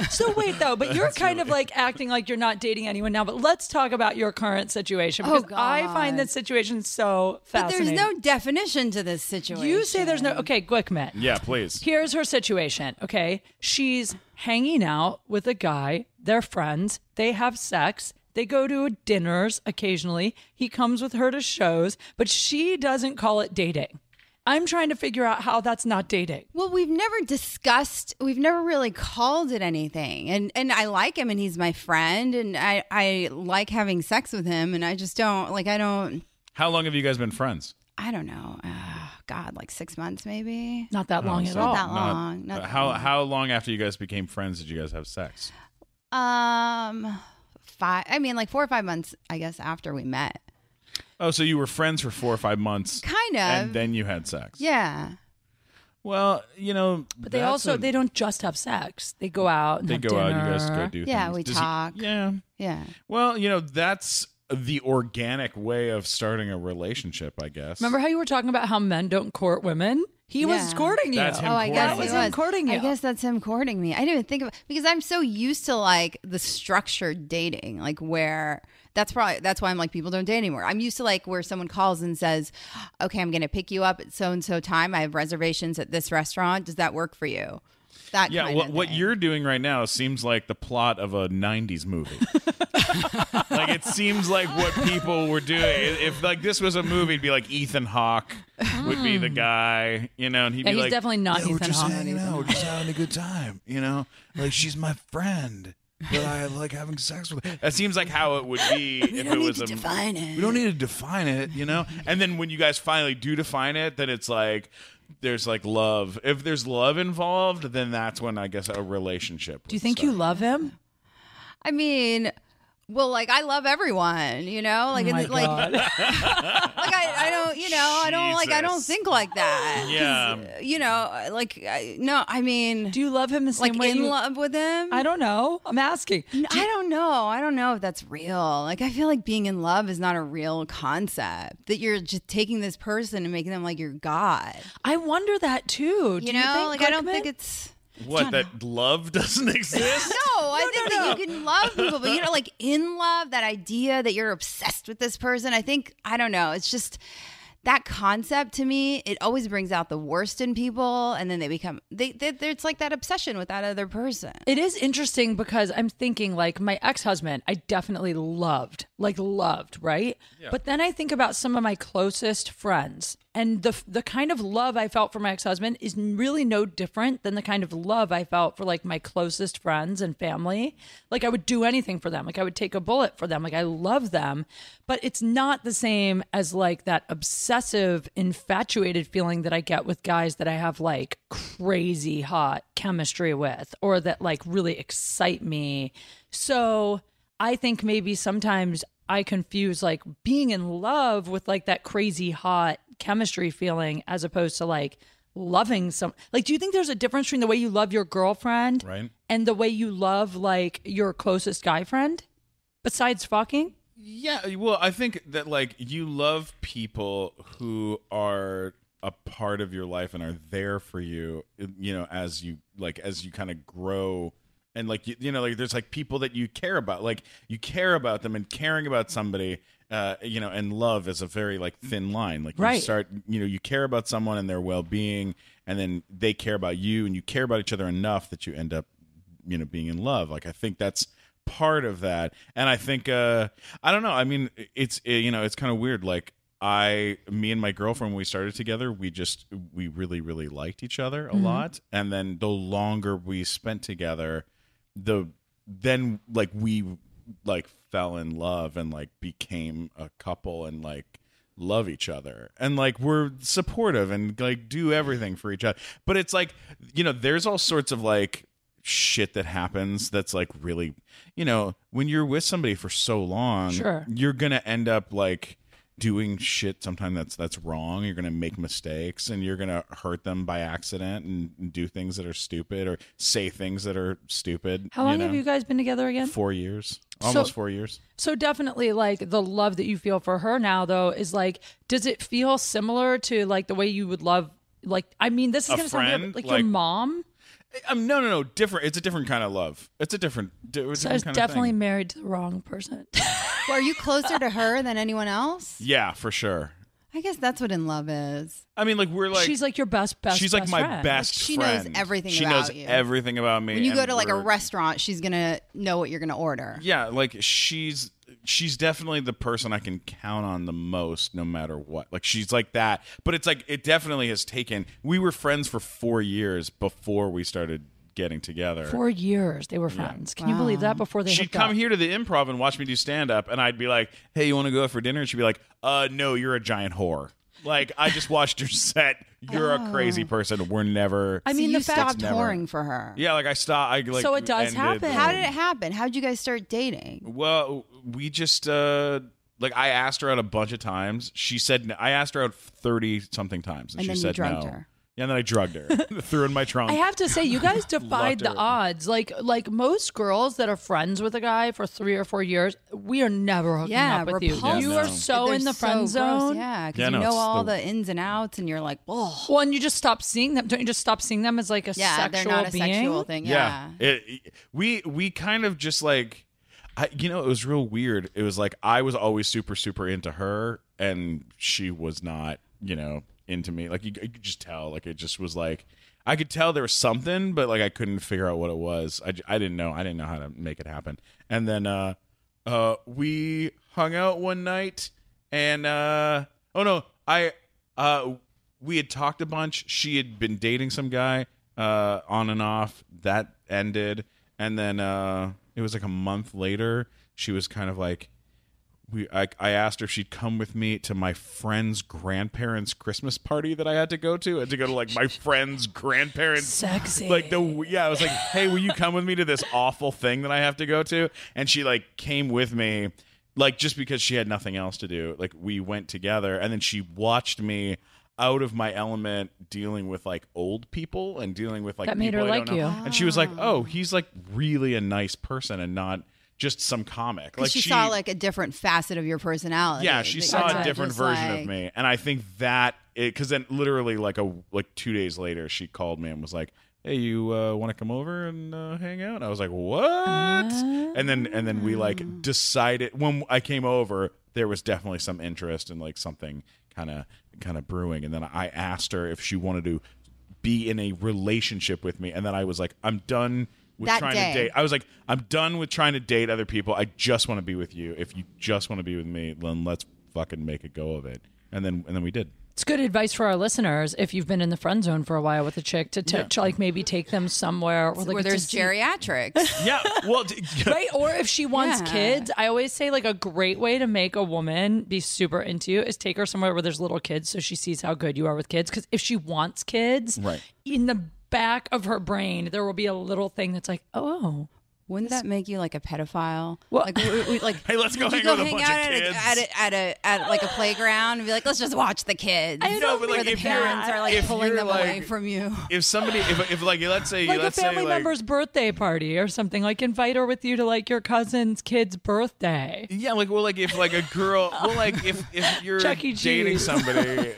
Speaker 5: So wait though, but you're kind of like acting like you're not dating anyone now. But let's talk about your current situation
Speaker 6: Oh,
Speaker 5: because I find
Speaker 6: God.
Speaker 5: this situation so
Speaker 6: but there's
Speaker 5: fascinating.
Speaker 6: no definition to this situation
Speaker 5: You say there's no. Okay, Glickman.
Speaker 4: yeah, please.
Speaker 5: Here's her situation. Okay, she's hanging out with a guy. They're friends. They have sex. They go to dinners occasionally. He comes with her to shows, but she doesn't call it dating. I'm trying to figure out how that's not dating.
Speaker 6: well we've never discussed we've never really called it anything and and i like him and he's my friend and i i like having sex with him and i just don't like i don't
Speaker 4: How long have you guys been friends?
Speaker 6: i don't know uh, god like six months maybe
Speaker 5: Not that long at
Speaker 4: so
Speaker 5: all.
Speaker 6: that long, not
Speaker 4: uh,
Speaker 6: that
Speaker 4: how
Speaker 6: long.
Speaker 4: how long after you guys became friends did you guys have sex?
Speaker 6: Um, five. I mean, like four or five months, I guess, after we met.
Speaker 4: Oh, so you were friends for four or five months,
Speaker 6: Kind of.
Speaker 4: and then you had sex.
Speaker 6: yeah.
Speaker 4: Well, you know,
Speaker 5: But they also they don't just have sex. They go out. And
Speaker 4: they
Speaker 5: have
Speaker 4: go
Speaker 5: dinner.
Speaker 4: out. You guys go do.
Speaker 6: Yeah,
Speaker 4: things.
Speaker 6: we
Speaker 4: Does he-
Speaker 6: talk.
Speaker 4: yeah.
Speaker 6: Yeah.
Speaker 4: Well, you know, that's the organic way of starting a relationship, I guess.
Speaker 5: Remember how you were talking about how men don't court women? He was
Speaker 6: Yeah.
Speaker 5: courting you.
Speaker 4: That's him
Speaker 6: Oh, I
Speaker 4: courting
Speaker 6: guess it
Speaker 4: you.
Speaker 6: was
Speaker 5: That was him courting
Speaker 6: I
Speaker 5: you.
Speaker 6: guess that's him courting me. I didn't even think of because I'm so used to like the structured dating, like where that's probably that's why I'm like people don't date anymore. I'm used to like where someone calls and says, "Okay, I'm going to pick you up at so and so time. I have reservations at this restaurant. Does that work for you?" That
Speaker 4: Yeah,
Speaker 6: kind
Speaker 4: what,
Speaker 6: of
Speaker 4: what
Speaker 6: thing.
Speaker 4: you're doing right now seems like the plot of a 90s movie. like it seems like what people were doing. If if, like this was a movie, it'd be like Ethan Hawke would be the guy, you know, and he'd
Speaker 5: Hmm. Yeah,
Speaker 4: be
Speaker 5: he's
Speaker 4: like
Speaker 5: definitely not
Speaker 4: "Yeah, we're
Speaker 5: Ethan
Speaker 4: just
Speaker 5: Hawke."
Speaker 4: hanging out, we're just having a good time, you know? Like she's my friend, but I like having sex with her. That seems like how it would be if it was a
Speaker 6: define it.
Speaker 4: we don't need to define it, you know? And then when you guys finally do define it, then it's like there's like love. If there's love involved, then that's when I guess a relationship.
Speaker 5: Do you think you love him?
Speaker 6: I mean, well, like I love everyone, you know, like
Speaker 5: Oh my
Speaker 6: it's like
Speaker 5: God.
Speaker 6: like I, I don't you know I don't like I don't
Speaker 4: Jesus.
Speaker 6: think like that 'Cause,
Speaker 4: Yeah.
Speaker 6: uh, you know like I, no I mean
Speaker 5: Do you love him the same
Speaker 6: like
Speaker 5: way?
Speaker 6: in
Speaker 5: you-
Speaker 6: love with him
Speaker 5: I don't know. I'm asking.
Speaker 6: I don't know I don't know if that's real like I feel like being in love is not a real concept that you're just taking this person and making them like your god
Speaker 5: I wonder that too. Do
Speaker 6: you know
Speaker 5: think,
Speaker 6: like I don't
Speaker 5: Glickman?
Speaker 6: think it's
Speaker 4: What that love doesn't exist?
Speaker 6: No, I think that you can love people, but you know, like in love, that idea that you're obsessed with this person. I think I don't know. It's just that concept to me. It always brings out the worst in people, and then they become they. they they- it's like that obsession with that other person.
Speaker 5: It is interesting because I'm thinking like my ex-husband, I definitely loved, like loved, right? But then I think about some of my closest friends and the the kind of love I felt for my ex-husband is really no different than the kind of love I felt for like my closest friends and family. Like I would do anything for them. Like I would take a bullet for them. Like I love them, but it's not the same as like that obsessive infatuated feeling that I get with guys that I have like crazy hot chemistry with or that like really excite me. So I think maybe sometimes I confuse like being in love with like that crazy hot chemistry feeling as opposed to like loving some like do you think there's a difference between the way you love your girlfriend
Speaker 4: Right.
Speaker 5: and the way you love like your closest guy friend besides fucking
Speaker 4: Yeah, well, I think that like you love people who are a part of your life and are there for you, uh, you know, as you like as you kind of grow and like you, you know like there's like people that you care about. Like you care about them and caring about somebody uh you know and love is a very like thin line. Like you
Speaker 5: Right.
Speaker 4: start you know you care about someone and their well-being and then they care about you and you care about each other enough that you end up you know being in love like i think that's part of that and i think uh i don't know i mean it's uh, you know it's kind of weird like i me and my girlfriend when we started together we just we really really liked each other a lot and then the longer we spent together the then like we like fell in love and like became a couple and like love each other and like we're supportive and like do everything for each other but it's like you know there's all sorts of like shit that happens that's like really you know when you're with somebody for so long
Speaker 5: Sure.
Speaker 4: you're gonna end up like doing shit sometimes that's that's wrong you're gonna make mistakes and you're gonna hurt them by accident and do things that are stupid or say things that are stupid
Speaker 5: how long
Speaker 4: know?
Speaker 5: have you guys been together again
Speaker 4: four years almost four years
Speaker 5: So definitely like the love that you feel for her now though is like does it feel similar to like the way you would love like I mean this is
Speaker 4: A
Speaker 5: gonna sound weird,
Speaker 4: friend?
Speaker 5: but, like,
Speaker 4: Like-
Speaker 5: your mom
Speaker 4: um, no no no different it's a different kind of love it's a different, di- different
Speaker 5: so I was
Speaker 4: kind
Speaker 5: definitely
Speaker 4: of thing.
Speaker 5: married to the wrong person.
Speaker 6: Well, are you closer to her than anyone else?
Speaker 4: yeah for sure
Speaker 6: I guess that's what in love is.
Speaker 4: i mean like we're like
Speaker 5: she's like your best best
Speaker 4: she's like
Speaker 5: best
Speaker 4: my
Speaker 5: friend.
Speaker 4: best
Speaker 6: She knows
Speaker 4: friend
Speaker 6: everything
Speaker 4: she
Speaker 6: about
Speaker 4: knows
Speaker 6: you.
Speaker 4: everything about me
Speaker 6: When you
Speaker 4: and
Speaker 6: go to like a
Speaker 4: we're-
Speaker 6: restaurant, she's gonna know what you're gonna order.
Speaker 4: yeah like she's she's definitely the person i can count on the most no matter what like she's like that but it's like it definitely has taken we were friends for four years before we started getting together
Speaker 5: Four years they were friends. Can you believe that before they
Speaker 4: she'd
Speaker 5: hooked
Speaker 4: come
Speaker 5: up?
Speaker 4: here to the improv and watch me do stand up and i'd be like hey you want to go out for dinner and she'd be like uh no you're a giant whore like i just watched your set you're a crazy person we're never
Speaker 5: Oh. I
Speaker 6: I
Speaker 5: mean
Speaker 6: mean,
Speaker 5: the
Speaker 6: you
Speaker 5: fact
Speaker 6: stopped
Speaker 4: never-
Speaker 6: pouring for her.
Speaker 4: yeah like i stopped i like
Speaker 5: So it does
Speaker 4: ended
Speaker 5: happen.
Speaker 4: the-
Speaker 6: How did it happen? How would you guys start dating?
Speaker 4: Well, we just uh like I asked her out a bunch of times. She said n- I asked her out thirty something times, and,
Speaker 6: And
Speaker 4: she
Speaker 6: then you
Speaker 4: said
Speaker 6: drugged
Speaker 4: no.
Speaker 6: her.
Speaker 4: Yeah, and then I drugged her, threw her in my trunk.
Speaker 5: I have to say, you guys defied the
Speaker 4: her.
Speaker 5: odds. Like, like most girls that are friends with a guy for three or four years, we are never hooking
Speaker 6: Yeah,
Speaker 5: up with
Speaker 6: repulsive.
Speaker 5: you. You
Speaker 4: Yeah,
Speaker 5: are
Speaker 4: no.
Speaker 5: so
Speaker 6: They're
Speaker 5: in the
Speaker 6: so
Speaker 5: friend
Speaker 6: gross,
Speaker 5: zone.
Speaker 6: Yeah, because
Speaker 4: Yeah, no,
Speaker 6: you know
Speaker 4: it's
Speaker 6: all
Speaker 4: the-
Speaker 6: the, ins and outs, and you're like, oh,
Speaker 5: Well, and you just stop seeing them. Don't you just stop seeing them as like a
Speaker 6: yeah,
Speaker 5: sexual
Speaker 6: they're not a
Speaker 5: being?
Speaker 6: sexual thing. Yeah.
Speaker 4: It- it- we we kind of just like I you know, it was real weird. It was like I was always super super into her and she was not, you know, into me. Like you, you could just tell like it just was like I could tell there was something but like I couldn't figure out what it was. I, j- I didn't know. I didn't know how to make it happen. And then uh uh we hung out one night and uh oh no, I uh we had talked a bunch. She had been dating some guy uh, on and off. That ended, and then uh, it was like a month later. She was kind of like, we. I, I asked her if she'd come with me to my friend's grandparents' Christmas party that I had to go to, and to go to like my friend's grandparents'
Speaker 5: Sexy.
Speaker 4: like the yeah. I was like, hey, will you come with me to this awful thing that I have to go to? And she like came with me. Like just because she had nothing else to do, like we went together, and then she watched me out of my element dealing with like old people and dealing with like
Speaker 5: That made her
Speaker 4: people I
Speaker 5: like
Speaker 4: don't know.
Speaker 5: you.
Speaker 4: And she was like, "Oh, he's like really a nice person and not just some comic." Like
Speaker 6: Because she, saw like a different facet of your personality.
Speaker 4: yeah, she
Speaker 6: that
Speaker 4: saw
Speaker 6: you're
Speaker 4: a
Speaker 6: not
Speaker 4: different
Speaker 6: just
Speaker 4: version of
Speaker 6: like-
Speaker 4: me, and I think that because then literally like a like two days later, she called me and was like, hey, you uh, want to come over and uh, hang out? And I was like, what? and then and then we
Speaker 6: Ah.
Speaker 4: like decided when I came over, there was definitely some interest and like something kind of kind of brewing. And then I asked her if she wanted to be in a relationship with me. And then I was like, I'm done. With
Speaker 6: That
Speaker 4: trying
Speaker 6: day.
Speaker 4: to date. I was like, I'm done with trying to date other people. I just want to be with you. If you just want to be with me, then let's fucking make a go of it. And then and then we did.
Speaker 5: It's good advice for our listeners if you've been in the friend zone for a while with a chick to, t- to, like maybe take them somewhere or like
Speaker 6: where
Speaker 5: to
Speaker 6: there's
Speaker 5: see-
Speaker 6: geriatrics.
Speaker 4: Yeah. Well,
Speaker 5: Right? Or if she wants
Speaker 6: Yeah.
Speaker 5: kids, I always say like a great way to make a woman be super into you is take her somewhere where there's little kids so she sees how good you are with kids. Because if she wants kids,
Speaker 4: Right.
Speaker 5: in the back of her brain, there will be a little thing that's like, oh,
Speaker 6: Wouldn't that make you like a pedophile?
Speaker 5: Well-
Speaker 6: like, we, we- like
Speaker 4: Hey, let's go
Speaker 6: would you
Speaker 4: hang with a bunch of
Speaker 6: out at
Speaker 4: kids.
Speaker 6: A, at, a, at a at like a playground and be like, let's just watch the kids.
Speaker 5: I don't No, but,
Speaker 4: like,
Speaker 6: where the
Speaker 4: if you're-
Speaker 6: parents are like
Speaker 4: if
Speaker 6: pulling
Speaker 4: you're,
Speaker 6: them away
Speaker 4: like-
Speaker 6: from you.
Speaker 4: if somebody if, if like let's say
Speaker 5: like
Speaker 4: let's
Speaker 5: a family
Speaker 4: say, like,
Speaker 5: member's birthday party or something. Like invite her with you to like your cousin's kid's birthday.
Speaker 4: yeah like well like if like a girl well like if if you're
Speaker 5: Chuck E.
Speaker 4: dating
Speaker 5: Cheese.
Speaker 4: somebody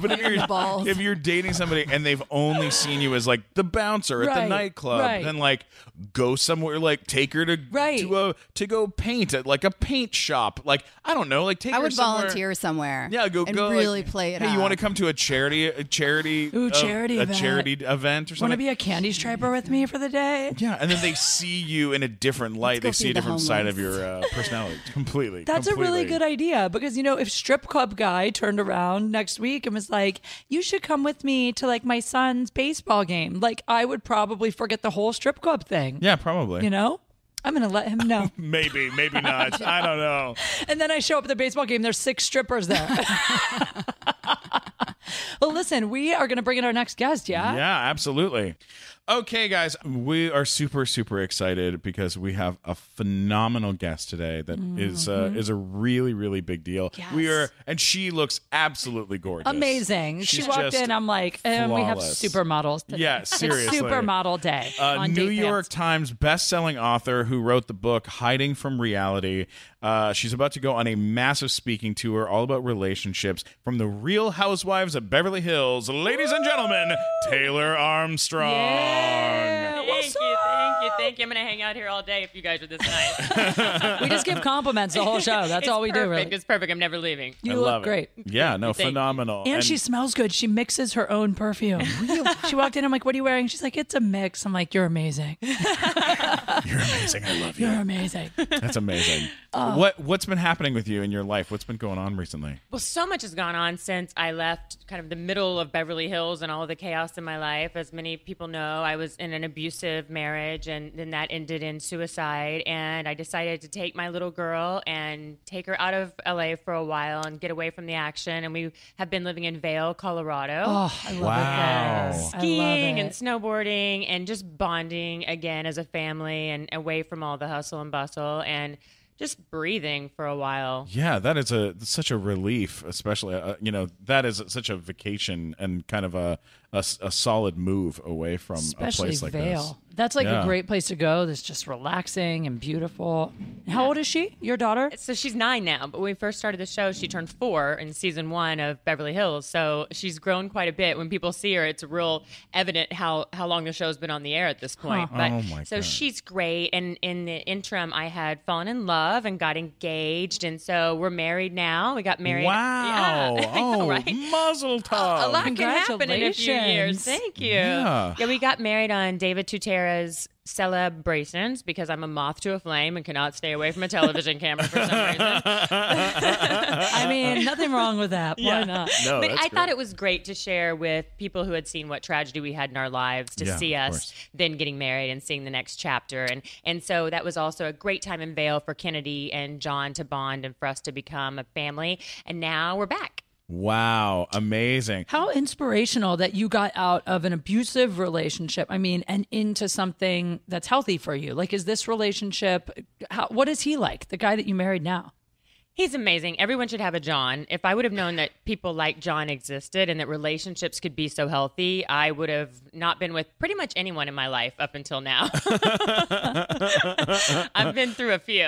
Speaker 4: but if you're
Speaker 6: Balls.
Speaker 4: if you're dating somebody and they've only seen you as like the bouncer at the
Speaker 5: Right,
Speaker 4: nightclub
Speaker 5: right.
Speaker 4: then like go somewhere like take her to
Speaker 5: Right.
Speaker 4: to a to go paint at like a paint shop like I don't know like take
Speaker 6: I
Speaker 4: her
Speaker 6: would
Speaker 4: somewhere-
Speaker 6: volunteer somewhere.
Speaker 4: Yeah, go
Speaker 6: and
Speaker 4: go like,
Speaker 6: really play it.
Speaker 4: Hey, you want to
Speaker 6: up.
Speaker 4: come to a charity a charity
Speaker 5: Ooh,
Speaker 4: uh,
Speaker 5: charity
Speaker 4: a
Speaker 5: event.
Speaker 4: charity event or
Speaker 5: Want to
Speaker 4: something?
Speaker 5: be a candy striper with me for the day?
Speaker 4: Yeah, and then they see you in a different light.
Speaker 6: go
Speaker 4: They see
Speaker 6: feed
Speaker 4: a
Speaker 6: the
Speaker 4: different side
Speaker 6: homeless.
Speaker 4: of your uh, personality completely.
Speaker 5: That's a really
Speaker 4: completely.
Speaker 5: good idea because you know if strip club guy turned around next week and was like, "You should come with me to like my son's baseball game," like I would probably forget the whole strip club thing.
Speaker 4: Yeah, probably.
Speaker 5: You know, I'm gonna let him know,
Speaker 4: Maybe, maybe not. I don't know.
Speaker 5: and then I show up at the baseball game. There's six strippers there. well, listen, we are gonna bring in our next guest. Yeah.
Speaker 4: Yeah, absolutely. Okay, guys, we are super, super excited because we have a phenomenal guest today that
Speaker 5: Mm-hmm.
Speaker 4: is uh, is a really, really big deal. We are, and she looks absolutely gorgeous,
Speaker 5: Amazing.
Speaker 4: She's
Speaker 5: she walked
Speaker 4: just
Speaker 5: in. I'm like, and we have
Speaker 4: flawless.
Speaker 5: supermodels. Today.
Speaker 4: Yeah, seriously.
Speaker 5: It's supermodel day.
Speaker 4: uh,
Speaker 5: on
Speaker 4: New
Speaker 5: Date
Speaker 4: York
Speaker 5: Dance.
Speaker 4: Times best-selling author who wrote the book Hiding from Reality. Uh, she's about to go on a massive speaking tour all about relationships from the Real Housewives of Beverly Hills. Ladies and gentlemen, Taylor Armstrong.
Speaker 5: Yeah.
Speaker 7: Thank you, thank you, thank you. I'm gonna hang out here all day if you guys are this nice.
Speaker 5: We just give compliments the whole show. That's
Speaker 7: It's
Speaker 5: all we
Speaker 7: perfect.
Speaker 5: do, really.
Speaker 7: It's perfect. I'm never leaving.
Speaker 5: You
Speaker 4: I
Speaker 5: look
Speaker 4: love it.
Speaker 5: great.
Speaker 4: Yeah, no,
Speaker 7: Thank you.
Speaker 4: phenomenal.
Speaker 5: And, she smells good. She mixes her own perfume. she walked in. I'm like, "What are you wearing?" She's like, "It's a mix." I'm like, "You're amazing.
Speaker 4: you're amazing. I love
Speaker 5: You're
Speaker 4: you.
Speaker 5: amazing."
Speaker 4: That's amazing.
Speaker 5: Oh.
Speaker 4: What what's been happening with you in your life? What's been going on recently?
Speaker 7: Well, so much has gone on since I left kind of the middle of Beverly Hills and all the chaos in my life. As many people know, I was in an abusive marriage and then that ended in suicide. And I decided to take my little girl and take her out of LA for a while and get away from the action. And we have been living in Vail, Colorado.
Speaker 5: Oh, I love
Speaker 4: Wow.
Speaker 5: it. there. I love
Speaker 7: skiing
Speaker 5: it.
Speaker 7: and snowboarding and just bonding again as a family and away from all the hustle and bustle and just breathing for a while.
Speaker 4: Yeah, that is a such a relief, especially uh, you know that is such a vacation and kind of a a, s- a solid move away from
Speaker 5: Especially
Speaker 4: a place like
Speaker 5: Vale. That's like
Speaker 4: Yeah.
Speaker 5: a great place to go. That's just relaxing and beautiful. How old is she? Your daughter?
Speaker 7: So she's nine now, but when we first started the show, she turned four in season one of Beverly Hills. So she's grown quite a bit. When people see her, it's real evident how, how long the show's been on the air at this point. But
Speaker 4: Oh, my
Speaker 7: so
Speaker 4: God.
Speaker 7: she's great. And in the interim, I had fallen in love and got engaged, and so we're married now. We got
Speaker 4: this.
Speaker 7: married.
Speaker 4: Wow!
Speaker 7: Yeah, I know,
Speaker 4: oh,
Speaker 7: right?
Speaker 4: muzzle
Speaker 7: a
Speaker 4: tov.
Speaker 7: lot can happen in a few years.
Speaker 5: Congratulations.
Speaker 7: Thank you.
Speaker 4: Oh, Yeah.
Speaker 7: we got married on David Tutera's celebrations because I'm a moth to a flame and cannot stay away from a television camera for some reason.
Speaker 5: I mean, nothing wrong with that. Why not?
Speaker 4: No,
Speaker 7: but I
Speaker 4: Oh, that's
Speaker 7: thought
Speaker 4: great.
Speaker 7: it was great to share with people who had seen what tragedy we had in our lives to
Speaker 4: Yeah,
Speaker 7: see
Speaker 4: of
Speaker 7: us
Speaker 4: course.
Speaker 7: then getting married and seeing the next chapter. And and so that was also a great time in Vail for Kennedy and John to bond and for us to become a family. And now we're back.
Speaker 4: Wow! Amazing.
Speaker 5: How inspirational that you got out of an abusive relationship. I mean, and into something that's healthy for you. Like, is this relationship? How, what is he like? The guy that you married now?
Speaker 7: He's amazing. Everyone should have a John. If I would have known that people like John existed and that relationships could be so healthy, I would have not been with pretty much anyone in my life up until now. I've been through a few.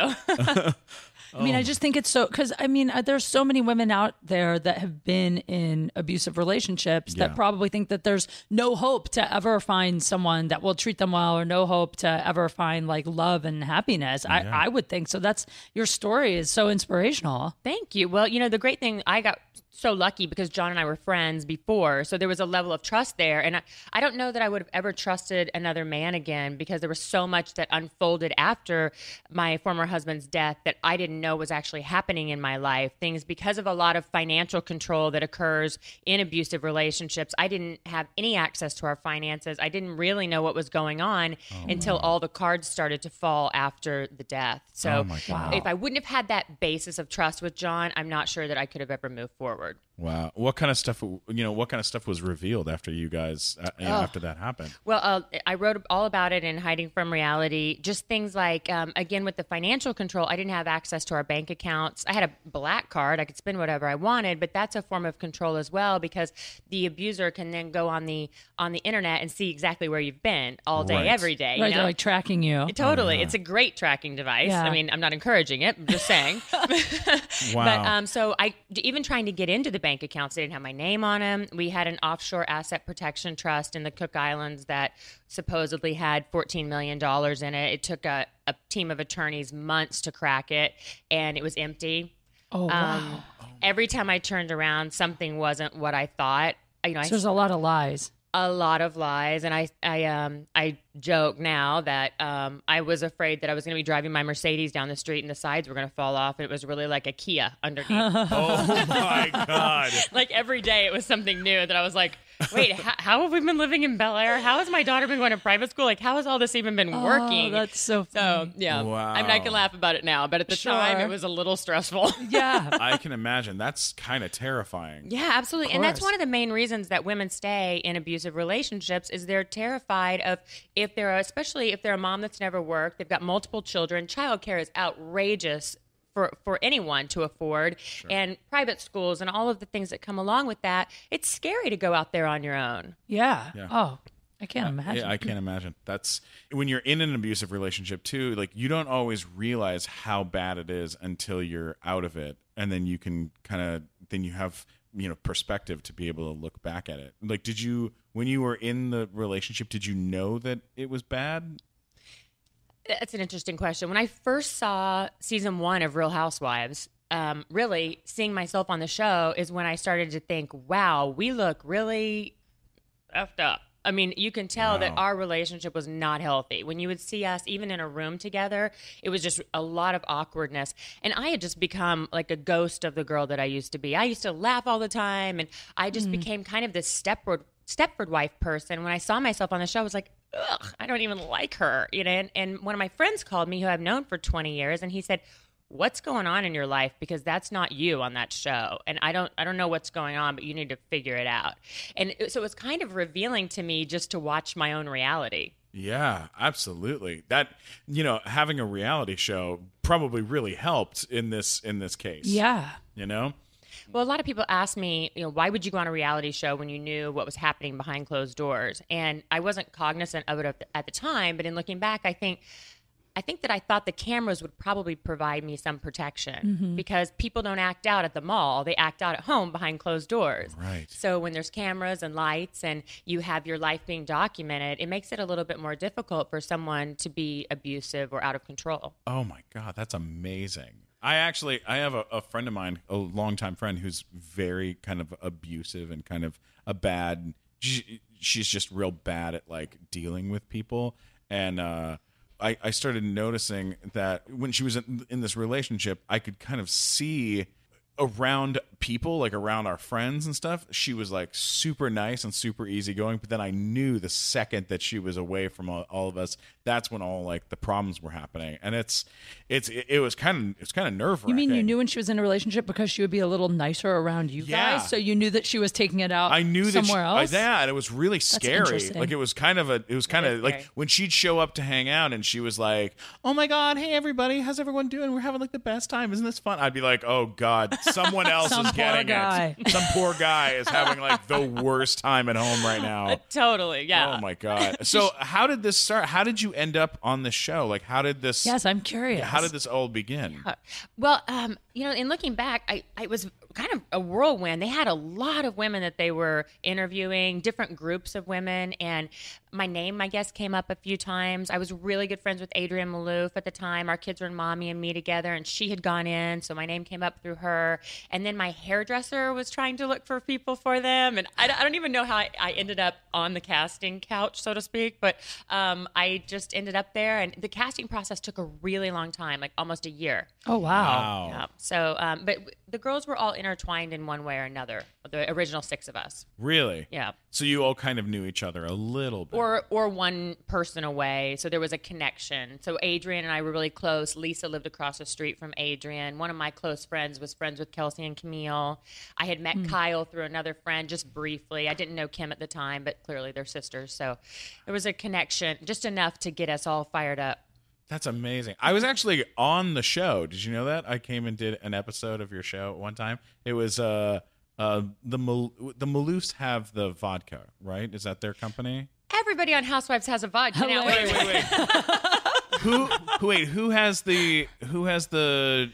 Speaker 5: I mean, I just think it's so because I mean, uh, there's so many women out there that have been in abusive relationships
Speaker 4: Yeah.
Speaker 5: that probably think that there's no hope to ever find someone that will treat them well, or no hope to ever find like love and happiness. I, I would think so. That's your story is so inspirational.
Speaker 7: Thank you. Well, you know, the great thing I got so lucky because John and I were friends before, so there was a level of trust there, and I, I don't know that I would have ever trusted another man again because there was so much that unfolded after my former husband's death that I didn't know was actually happening in my life. Things because of a lot of financial control that occurs in abusive relationships, I didn't have any access to our finances. I didn't really know what was going on
Speaker 4: Oh,
Speaker 7: until all the cards started to fall after the death. So
Speaker 4: Oh, my God.
Speaker 7: if I wouldn't have had that basis of trust with John, I'm not sure that I could have ever moved forward.
Speaker 4: Wow. What kind of stuff? You know, what kind of stuff was revealed after you guys uh, you know, after that happened?
Speaker 7: Well, uh, I wrote all about it in Hiding from Reality. Just things like, um, again, with the financial control, I didn't have access to our bank accounts. I had a black card. I could spend whatever I wanted, but that's a form of control as well because the abuser can then go on the on the internet and see exactly where you've been all day,
Speaker 4: Right.
Speaker 7: every day. you
Speaker 5: Right?
Speaker 7: know?
Speaker 5: They're like tracking you.
Speaker 7: Totally. It's a great tracking device.
Speaker 5: Yeah.
Speaker 7: I mean, I'm not encouraging it, I'm just saying.
Speaker 4: Wow.
Speaker 5: Oh.
Speaker 7: But um, so I d- even trying to get into the bank accounts, they didn't have my name on them. We had an offshore asset protection trust in the Cook Islands that supposedly had $14 million in it. It took a, a team of attorneys months to crack it, and it was empty.
Speaker 5: Oh wow.
Speaker 7: Um, Every time I turned around, something wasn't what I thought. You know, I
Speaker 5: so there's a lot of lies.
Speaker 7: a lot of lies and i i um i joke now that um i was afraid that i was going to be driving my mercedes down the street and the sides were going to fall off it was really like a kia underneath
Speaker 4: oh my god.
Speaker 7: like every day it was something new that i was like wait how, how have we been living in bel air how has my daughter been going to private school like how has all this even been working
Speaker 5: Oh, that's so.
Speaker 7: so yeah i mean i can
Speaker 4: Wow.
Speaker 7: laugh about it now but at the time
Speaker 5: Sure.
Speaker 7: it was a little stressful
Speaker 5: yeah.
Speaker 4: I can imagine. That's kind of terrifying.
Speaker 7: Yeah, absolutely. And that's
Speaker 5: course.
Speaker 7: one of the main reasons that women stay in abusive relationships is they're terrified of if they're especially if they're a mom that's never worked, they've got multiple children, childcare is outrageous for for anyone to afford and private schools and all of the things that come along with that. It's scary to go out there on your own.
Speaker 5: Yeah. Oh, I can't imagine.
Speaker 4: Yeah, I can't imagine. That's when you're in an abusive relationship too. Like you don't always realize how bad it is until you're out of it, and then you can kind of then you have you know perspective to be able to look back at it. Like, did you when you were in the relationship, did you know that it was bad?
Speaker 7: That's an interesting question. When I first saw season one of Real Housewives, um, really seeing myself on the show is when I started to think, wow, we look really effed up. I mean, you can tell that our relationship was not healthy. When you would see us even in a room together, it was just a lot of awkwardness. And I had just become like a ghost of the girl that I used to be. I used to laugh all the time and I just became kind of this Stepford Stepford wife person. When I saw myself on the show, I was like, Ugh, I don't even like her. You know, and, and one of my friends called me who I've known for 20 years and he said, what's going on in your life because that's not you on that show and i don't i don't know what's going on but you need to figure it out and it- so it was kind of revealing to me just to watch my own reality
Speaker 4: Yeah, absolutely. That you know, having a reality show probably really helped in this in this case.
Speaker 5: yeah.
Speaker 4: you know.
Speaker 7: Well, a lot of people ask me, you know, why would you go on a reality show when you knew what was happening behind closed doors? And I wasn't cognizant of it at the, at the time, but in looking back, I think I think that I thought the cameras would probably provide me some protection
Speaker 4: Mm-hmm.
Speaker 7: because people don't act out at the mall, they act out at home behind closed doors.
Speaker 4: Right.
Speaker 7: So when there's cameras and lights and you have your life being documented, it makes it a little bit more difficult for someone to be abusive or out of control.
Speaker 4: Oh my god, that's amazing. I actually I have a, a friend of mine, a longtime friend who's very kind of abusive and kind of a bad she, she's just real bad at like dealing with people and uh I, I started noticing that when she was in, in this relationship, I could kind of see around people, like around our friends and stuff, she was like super nice and super easygoing. But then I knew the second that she was away from all, all of us, that's when all like the problems were happening. And it's, it's, it, it was kind of, it's kind of nerve wracking.
Speaker 5: You mean you knew when she was in a relationship because she would be a little nicer around you
Speaker 4: Yeah.
Speaker 5: guys, so you knew that she was taking it out.
Speaker 4: I knew that
Speaker 5: somewhere
Speaker 4: she,
Speaker 5: else.
Speaker 4: I, yeah, and it was really scary.
Speaker 5: interesting.
Speaker 4: Like it was kind of a, it was kind of like
Speaker 7: scary.
Speaker 4: when she'd show up to hang out, and she was like, "Oh my god, hey everybody, how's everyone doing? We're having like the best time, isn't this fun?" I'd be like, "Oh god, someone else is getting
Speaker 5: guy.
Speaker 4: it. Some poor guy is having like the worst time at home right now.
Speaker 7: Totally. Yeah.
Speaker 4: Oh my god. So how did this start? How did you end up on the show? Like how did this
Speaker 5: Yes, I'm curious.
Speaker 4: how did this all begin?
Speaker 7: Well, um, you know, in looking back, I, I was kind of a whirlwind. They had a lot of women that they were interviewing, different groups of women, and my name, I guess, came up a few times. I was really good friends with Adrienne Malouf at the time. Our kids were in Mommy and Me together, and she had gone in, so my name came up through her. And then my hairdresser was trying to look for people for them, and I, don't- I don't even know how I, I ended up on the casting couch, so to speak, but um, I just ended up there. And the casting process took a really long time, like almost a year.
Speaker 5: Oh wow.
Speaker 4: Wow.
Speaker 7: Yeah. So, um, but w- the girls were all intertwined in one way or another. The original six of us.
Speaker 4: Really?
Speaker 7: Yeah.
Speaker 4: So you all kind of knew each other a little bit.
Speaker 7: Or or one person away. So there was a connection. So Adrian and I were really close. Lisa lived across the street from Adrian. One of my close friends was friends with Kelsey and Camille. I had met Kyle through another friend just briefly. I didn't know Kim at the time, but clearly they're sisters. So there was a connection, just enough to get us all fired up.
Speaker 4: That's amazing. I was actually on the show. Did you know that? I came and did an episode of your show at one time. It was uh uh the Mal- the Maloofs have the vodka, right? Is that their company?
Speaker 7: Everybody on Housewives has a vodka now.
Speaker 5: Hilarious.
Speaker 7: Oh, Wait, wait, wait.
Speaker 4: who, who wait, who has the who has the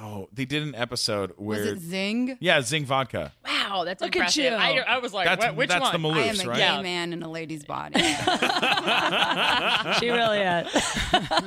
Speaker 4: Oh, they did an episode where
Speaker 6: Was it Zing?
Speaker 4: Yeah, Zing vodka.
Speaker 7: Wow, that's
Speaker 5: Look at
Speaker 7: impressive.
Speaker 5: you.
Speaker 7: I, I was like,
Speaker 4: That's
Speaker 7: what, which
Speaker 4: that's
Speaker 7: one?
Speaker 4: the
Speaker 6: I am a
Speaker 4: Maloofs, right?
Speaker 6: gay
Speaker 7: Yeah.
Speaker 6: man in a lady's body.
Speaker 5: She really is.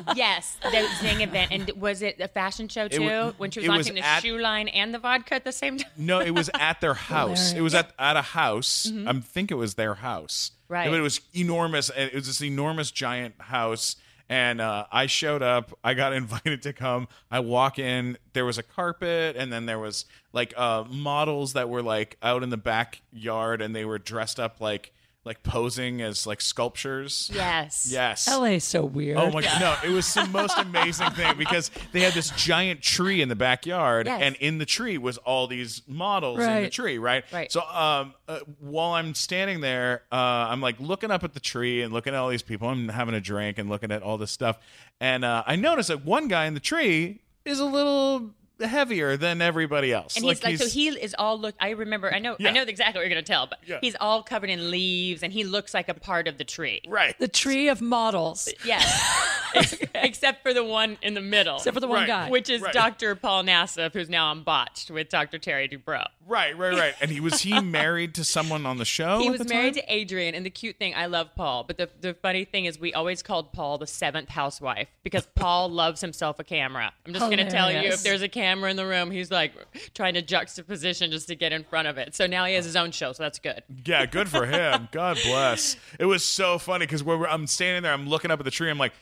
Speaker 7: Yes, the Zing event, and was it a fashion show too?
Speaker 4: wa-
Speaker 7: when she was
Speaker 4: it was
Speaker 7: launching the
Speaker 4: at-
Speaker 7: shoe line and the vodka at the same time.
Speaker 4: No, it was at their house. It was at at a house. I am think it was their house.
Speaker 7: Mm-hmm. Right.
Speaker 4: But it was enormous. and It was this enormous giant house. And uh, I showed up. I got invited to come. I walk in. There was a carpet, and then there was like uh, models that were like out in the backyard, and they were dressed up like like posing as like sculptures.
Speaker 7: Yes.
Speaker 4: Yes.
Speaker 5: LA's so weird.
Speaker 4: Oh my god! No, it was the most amazing thing because they had this giant tree in the backyard,
Speaker 7: Yes.
Speaker 4: and in the tree was all these models in the
Speaker 5: Right.
Speaker 4: tree, right?
Speaker 7: Right.
Speaker 4: So, um, uh, while I'm standing there, uh, I'm like looking up at the tree and looking at all these people. I'm having a drink and looking at all this stuff, and uh, I noticed that one guy in the tree is a little heavier than everybody else.
Speaker 7: And he's like, so he is all look. I remember, I know,
Speaker 4: Yeah.
Speaker 7: I know exactly what you're gonna tell, but
Speaker 4: Yeah.
Speaker 7: he's all covered in leaves, and he looks like a part of the tree.
Speaker 4: right.
Speaker 5: The tree of models.
Speaker 7: Yes, Ex- except for the one in the middle,
Speaker 5: Except for the one
Speaker 4: Right.
Speaker 5: guy.
Speaker 7: which is
Speaker 4: Right.
Speaker 7: Dr. Paul Nassif, who's now on Botched with Dr. Terry Dubrow.
Speaker 4: Right, right, right. And he was he married to someone on the show?
Speaker 7: He
Speaker 4: at
Speaker 7: was
Speaker 4: the
Speaker 7: married
Speaker 4: time?
Speaker 7: to Adrian, and the cute thing, I love Paul, but the, the funny thing is, we always called Paul the seventh housewife because Paul loves himself a camera. I'm just going to tell you, if
Speaker 5: Hilarious.
Speaker 7: there's a camera in the room, he's like trying to juxtaposition just to get in front of it. So now he has his own show, so that's good.
Speaker 4: Yeah, good for him. God bless. It was so funny because we're, I'm standing there, I'm looking up at the tree. I'm like,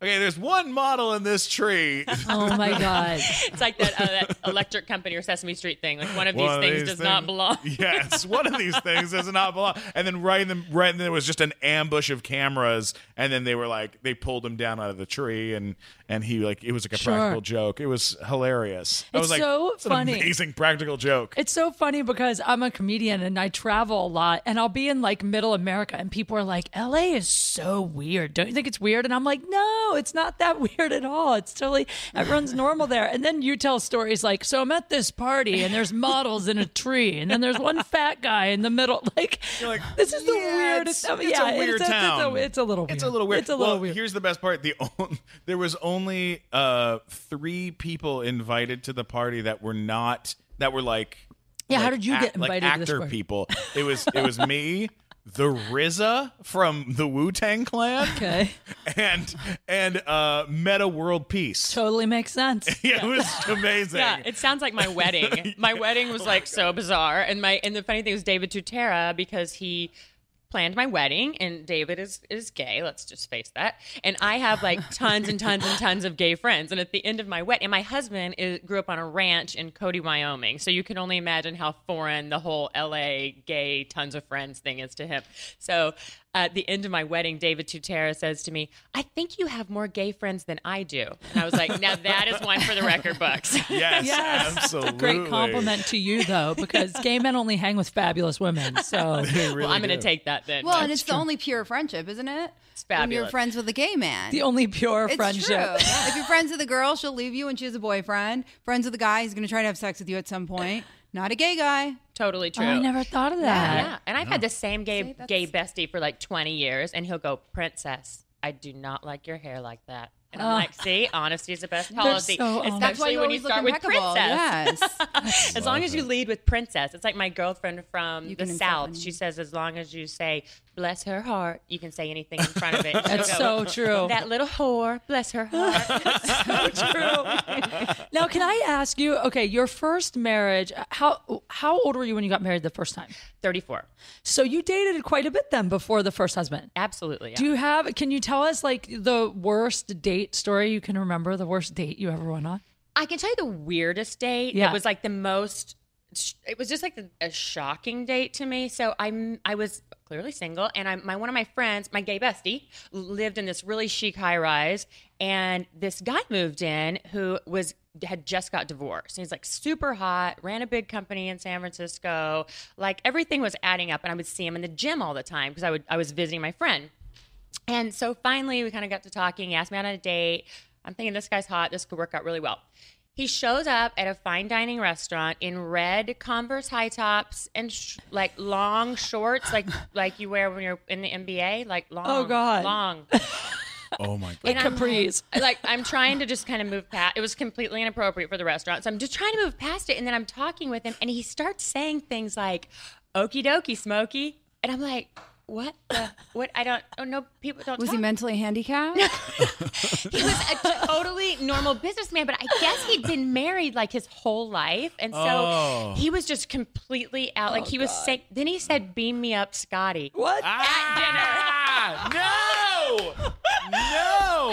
Speaker 4: okay, there's one model in this tree.
Speaker 5: Oh my god.
Speaker 7: It's like that, uh, that electric company or Sesame Street thing. Like one of
Speaker 4: One of
Speaker 7: these things does not belong.
Speaker 4: Yes, one of these things does not belong. And then right in the right, and there was just an ambush of cameras, and then they were like, they pulled him down out of the tree, and and he like it was like a
Speaker 5: Sure.
Speaker 4: practical joke. It was hilarious. I
Speaker 5: It's
Speaker 4: was like,
Speaker 5: so
Speaker 4: "It's an
Speaker 5: funny."
Speaker 4: amazing practical joke.
Speaker 5: It's so funny because I'm a comedian and I travel a lot and I'll be in like middle America and people are like, LA is so weird. Don't you think it's weird? And I'm like, no, it's not that weird at all. It's totally, everyone's normal there. And then you tell stories like, so I'm at this party and there's models in a tree and then there's one fat guy in the middle. Like,
Speaker 4: like,
Speaker 5: this is the
Speaker 4: "Yeah,
Speaker 5: weirdest.
Speaker 4: It's, it's
Speaker 5: yeah,
Speaker 4: a weird
Speaker 5: it's, it's- It's
Speaker 4: town.
Speaker 5: a, it's a little weird.
Speaker 4: It's a little weird.
Speaker 5: It's a little
Speaker 4: well,
Speaker 5: weird.
Speaker 4: Here's the best part: the on, there was only uh, three people invited to the party that were not that were like
Speaker 5: Yeah, how
Speaker 4: like
Speaker 5: did you
Speaker 4: ac-
Speaker 5: get
Speaker 4: like
Speaker 5: invited to
Speaker 4: actor
Speaker 5: this party?
Speaker 4: people? It was it was me, the RZA from the Wu Tang Clan,
Speaker 5: Okay.
Speaker 4: and and uh, Meta World Peace.
Speaker 5: Totally makes sense.
Speaker 4: Yeah, it was amazing.
Speaker 7: Yeah, it sounds like my wedding. My wedding was like so bizarre, and my and the funny thing was David Tutera because he planned my wedding, and David is is gay. Let's just face that. And I have like tons and tons and tons of gay friends. And at the end of my wedding, and my husband is, grew up on a ranch in Cody, Wyoming, so you can only imagine how foreign the whole L.A. gay tons of friends thing is to him. So. At the end of my wedding, David Tutera says to me, I think you have more gay friends than I do. And I was like, now that is one for the record books.
Speaker 4: yes,
Speaker 5: Yes.
Speaker 4: absolutely.
Speaker 5: It's a great compliment to you, though, because gay men only hang with fabulous women. So
Speaker 7: well, I'm going to take that then.
Speaker 6: well, and it's the only pure friendship, isn't it? It's When you're
Speaker 7: fabulous.
Speaker 6: friends with a gay man.
Speaker 5: the only pure
Speaker 6: it's
Speaker 5: friendship.
Speaker 6: true. if you're friends with a girl, she'll leave you when she has a boyfriend. Friends with a guy, he's going to try to have sex with you at some point. Not a gay guy.
Speaker 7: Totally true.
Speaker 5: Oh, I never thought of that.
Speaker 7: Yeah, and I've had the same gay gay bestie for like 20 years, and he'll go, "Princess, I do not like your hair like that." And I'm like, "See, honesty is the best policy,
Speaker 5: so honest.
Speaker 7: especially
Speaker 5: That's
Speaker 6: why you
Speaker 7: when you
Speaker 6: always look
Speaker 7: start with
Speaker 6: impeccable,
Speaker 7: princess. as long as you lead with princess, it's like my girlfriend from
Speaker 6: You
Speaker 7: the
Speaker 6: can insult
Speaker 7: south.
Speaker 6: anyone.
Speaker 7: She says, as long as you say "bless her heart," you can say anything in front of it. And she'll
Speaker 5: That's so
Speaker 7: go,
Speaker 5: true.
Speaker 7: That little whore, bless her heart.
Speaker 5: true. now, can I ask you? Okay, your first marriage. How how old were you when you got married the first time?
Speaker 7: 34.
Speaker 5: So you dated quite a bit then before the first husband.
Speaker 7: Absolutely. Yeah.
Speaker 5: Do you have? Can you tell us like the worst date story you can remember? The worst date you ever went on?
Speaker 7: I can tell you the weirdest date.
Speaker 5: Yeah.
Speaker 7: It was like the most. It was just like the, a shocking date to me. So I'm I was clearly single, and I my one of my friends, my gay bestie, lived in this really chic high rise, and this guy moved in who was had just got divorced. He's like super hot, ran a big company in San Francisco, like everything was adding up, and I would see him in the gym all the time because I would I was visiting my friend. And so finally, we kind of got to talking. He asked me out on a date. I'm thinking this guy's hot. This could work out really well. He shows up at a fine dining restaurant in red Converse high tops and sh- like long shorts, like like you wear when you're in the NBA, like long,
Speaker 5: God.
Speaker 7: long.
Speaker 4: Oh my god.
Speaker 7: And I'm like-
Speaker 5: Capris.
Speaker 7: like I'm trying to just kind of move past. It was completely inappropriate for the restaurant, so I'm just trying to move past it. And then I'm talking with him, and he starts saying things like "Okie dokie, Smokey," and I'm like, "What? The, what? I don't. Oh no, people don't."
Speaker 6: Was
Speaker 7: talk
Speaker 6: he mentally handicapped?
Speaker 7: he was a totally normal businessman, but I guess he'd been married like his whole life, and so
Speaker 4: Oh.
Speaker 7: he was just completely out. Like
Speaker 5: Oh,
Speaker 7: he was saying. Then he said, "Beam me up, Scotty."
Speaker 5: What?
Speaker 4: no! No!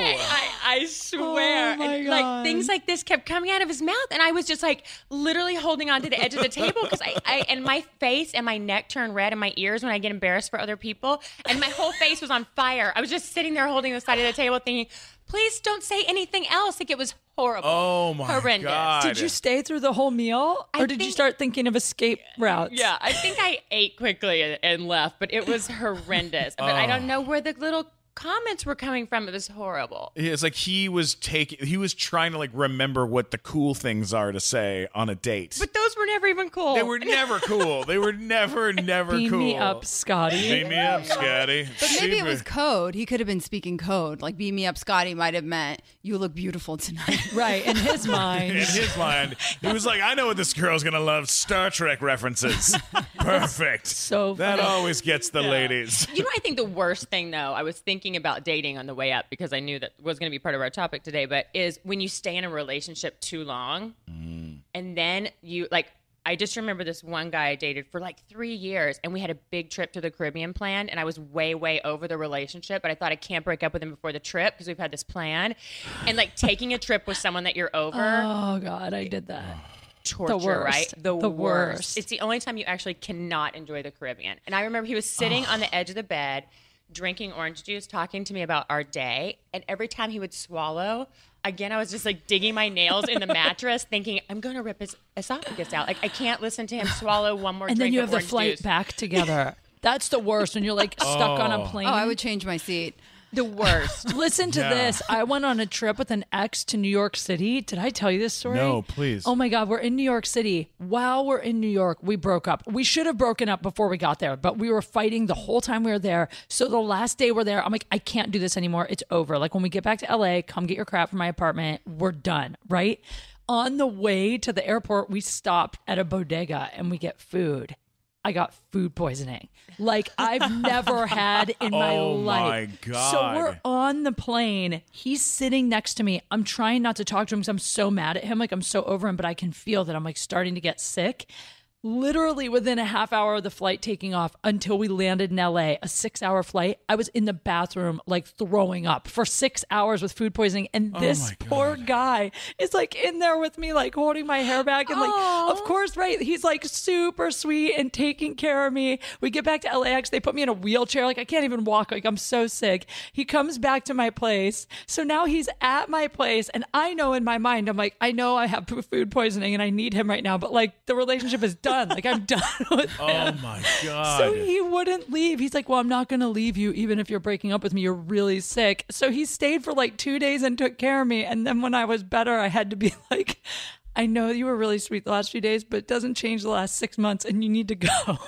Speaker 7: I, I swear,
Speaker 5: Oh, my
Speaker 7: and,
Speaker 5: God.
Speaker 7: like things like this kept coming out of his mouth, and I was just like literally holding on to the edge of the table because I, I and my face and my neck turned red and my ears when I get embarrassed for other people, and my whole face was on fire. I was just sitting there holding the side of the table, thinking, "Please don't say anything else." Like it was horrible.
Speaker 4: Oh my
Speaker 7: Horrendous.
Speaker 4: god.
Speaker 5: Did you stay through the whole meal,
Speaker 7: I
Speaker 5: or did you
Speaker 7: think-
Speaker 5: start thinking of escape routes?
Speaker 7: Yeah, I think I ate quickly and, and left, but it was horrendous. But I don't know where the little comments were coming from. It was horrible.
Speaker 4: Yeah, It's like he was taking he was trying to like remember what the cool things are to say on a date.
Speaker 7: But those were never even cool.
Speaker 4: they were never cool. They were never never
Speaker 5: oh. Beam
Speaker 4: cool.
Speaker 5: me up, Scotty.
Speaker 4: Beam me up, Scotty.
Speaker 6: But maybe it was code. He could have been speaking code. Like "beam me up, Scotty" might have meant "you look beautiful tonight."
Speaker 5: right in his
Speaker 4: in
Speaker 5: mind.
Speaker 4: his mind, he was like, "I know what this girl's gonna love: Star Trek references. Perfect.
Speaker 5: so
Speaker 4: that
Speaker 5: funny.
Speaker 4: always gets the ladies."
Speaker 7: You know, I think the worst thing though, I was thinking about dating on the way up because I knew that was going to be part of our topic today, but is when you stay in a relationship too long and then you like, I just remember this one guy I dated for like three years and we had a big trip to the Caribbean planned and I was way, way over the relationship, but I thought I can't break up with him before the trip because we've had this plan. And like taking a trip with someone that you're over
Speaker 5: Oh God, I did that.
Speaker 7: torture,
Speaker 5: worst.
Speaker 7: right?
Speaker 5: The worst.
Speaker 7: It's the only time you actually cannot enjoy the Caribbean. And I remember he was sitting on the edge of the bed, drinking orange juice, talking to me about our day. And every time he would swallow, again, I was just like digging my nails in the mattress, thinking, I'm going to rip his esophagus out. Like, I can't listen to him swallow one more
Speaker 5: And then
Speaker 7: drink
Speaker 5: you have
Speaker 7: of
Speaker 5: the
Speaker 7: orange
Speaker 5: flight
Speaker 7: juice.
Speaker 5: back together. That's the worst when you're like stuck on a plane.
Speaker 6: oh, I would change my seat.
Speaker 7: The worst.
Speaker 5: Listen to this. I went on a trip with an ex to New York City. Did I tell you this story?
Speaker 4: No, please.
Speaker 5: Oh my God, we're in New York City. While we're in New York, we broke up. We should have broken up before we got there, but we were fighting the whole time we were there. So the last day we're there, I'm like, I can't do this anymore. It's over. Like when we get back to LA, come get your crap from my apartment. We're done, right? On the way to the airport, we stopped at a bodega and we get food. I got food poisoning like I've never had in my
Speaker 4: Oh
Speaker 5: life.
Speaker 4: my
Speaker 5: So we're
Speaker 4: God.
Speaker 5: on the plane. He's sitting next to me. I'm trying not to talk to him because I'm so mad at him. Like I'm so over him, but I can feel that I'm like starting to get sick. Literally within a half hour of the flight taking off until we landed in LA, a six hour flight, I was in the bathroom like throwing up for six hours with food poisoning. And this
Speaker 4: my God.
Speaker 5: poor guy is like in there with me, like holding my hair back. And like, of course, right. He's like super sweet and taking care of me. We get back to LAX. They put me in a wheelchair. Like, I can't even walk. Like, I'm so sick. He comes back to my place. So now he's at my place. And I know in my mind, I'm like, I know I have p- food poisoning and I need him right now. But like, the relationship is done. Like, I'm done with
Speaker 4: Oh my god.
Speaker 5: so he wouldn't leave. He's like, Well, I'm not going to leave you, even if you're breaking up with me. You're really sick. So he stayed for like two days and took care of me. And then when I was better, I had to be like, I know you were really sweet the last few days, but it doesn't change the last six months, and you need to go. so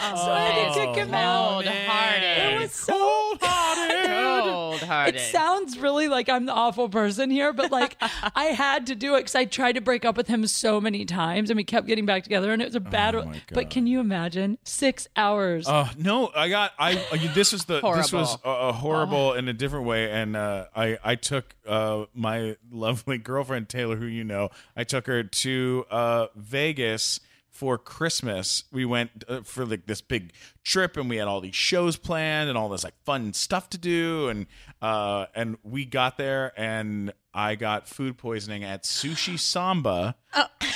Speaker 5: I had to kick him out.
Speaker 7: Cold-hearted.
Speaker 5: It was so
Speaker 7: Cold-hearted.
Speaker 5: It sounds really like I'm the awful person here, but like I had to do it because I tried to break up with him so many times, and we kept getting back together, and it was a bad.
Speaker 4: Oh my God.
Speaker 5: but can you imagine six hours?
Speaker 4: Uh, no, I got I. I- This was the this was a, a horrible in a different way, and uh, I I took uh, my lovely girlfriend Taylor, who you know, I took her to uh, Vegas for Christmas. We went uh, for like this big trip, and we had all these shows planned and all this like fun stuff to do, and uh, and we got there and. I got food poisoning at Sushi Samba.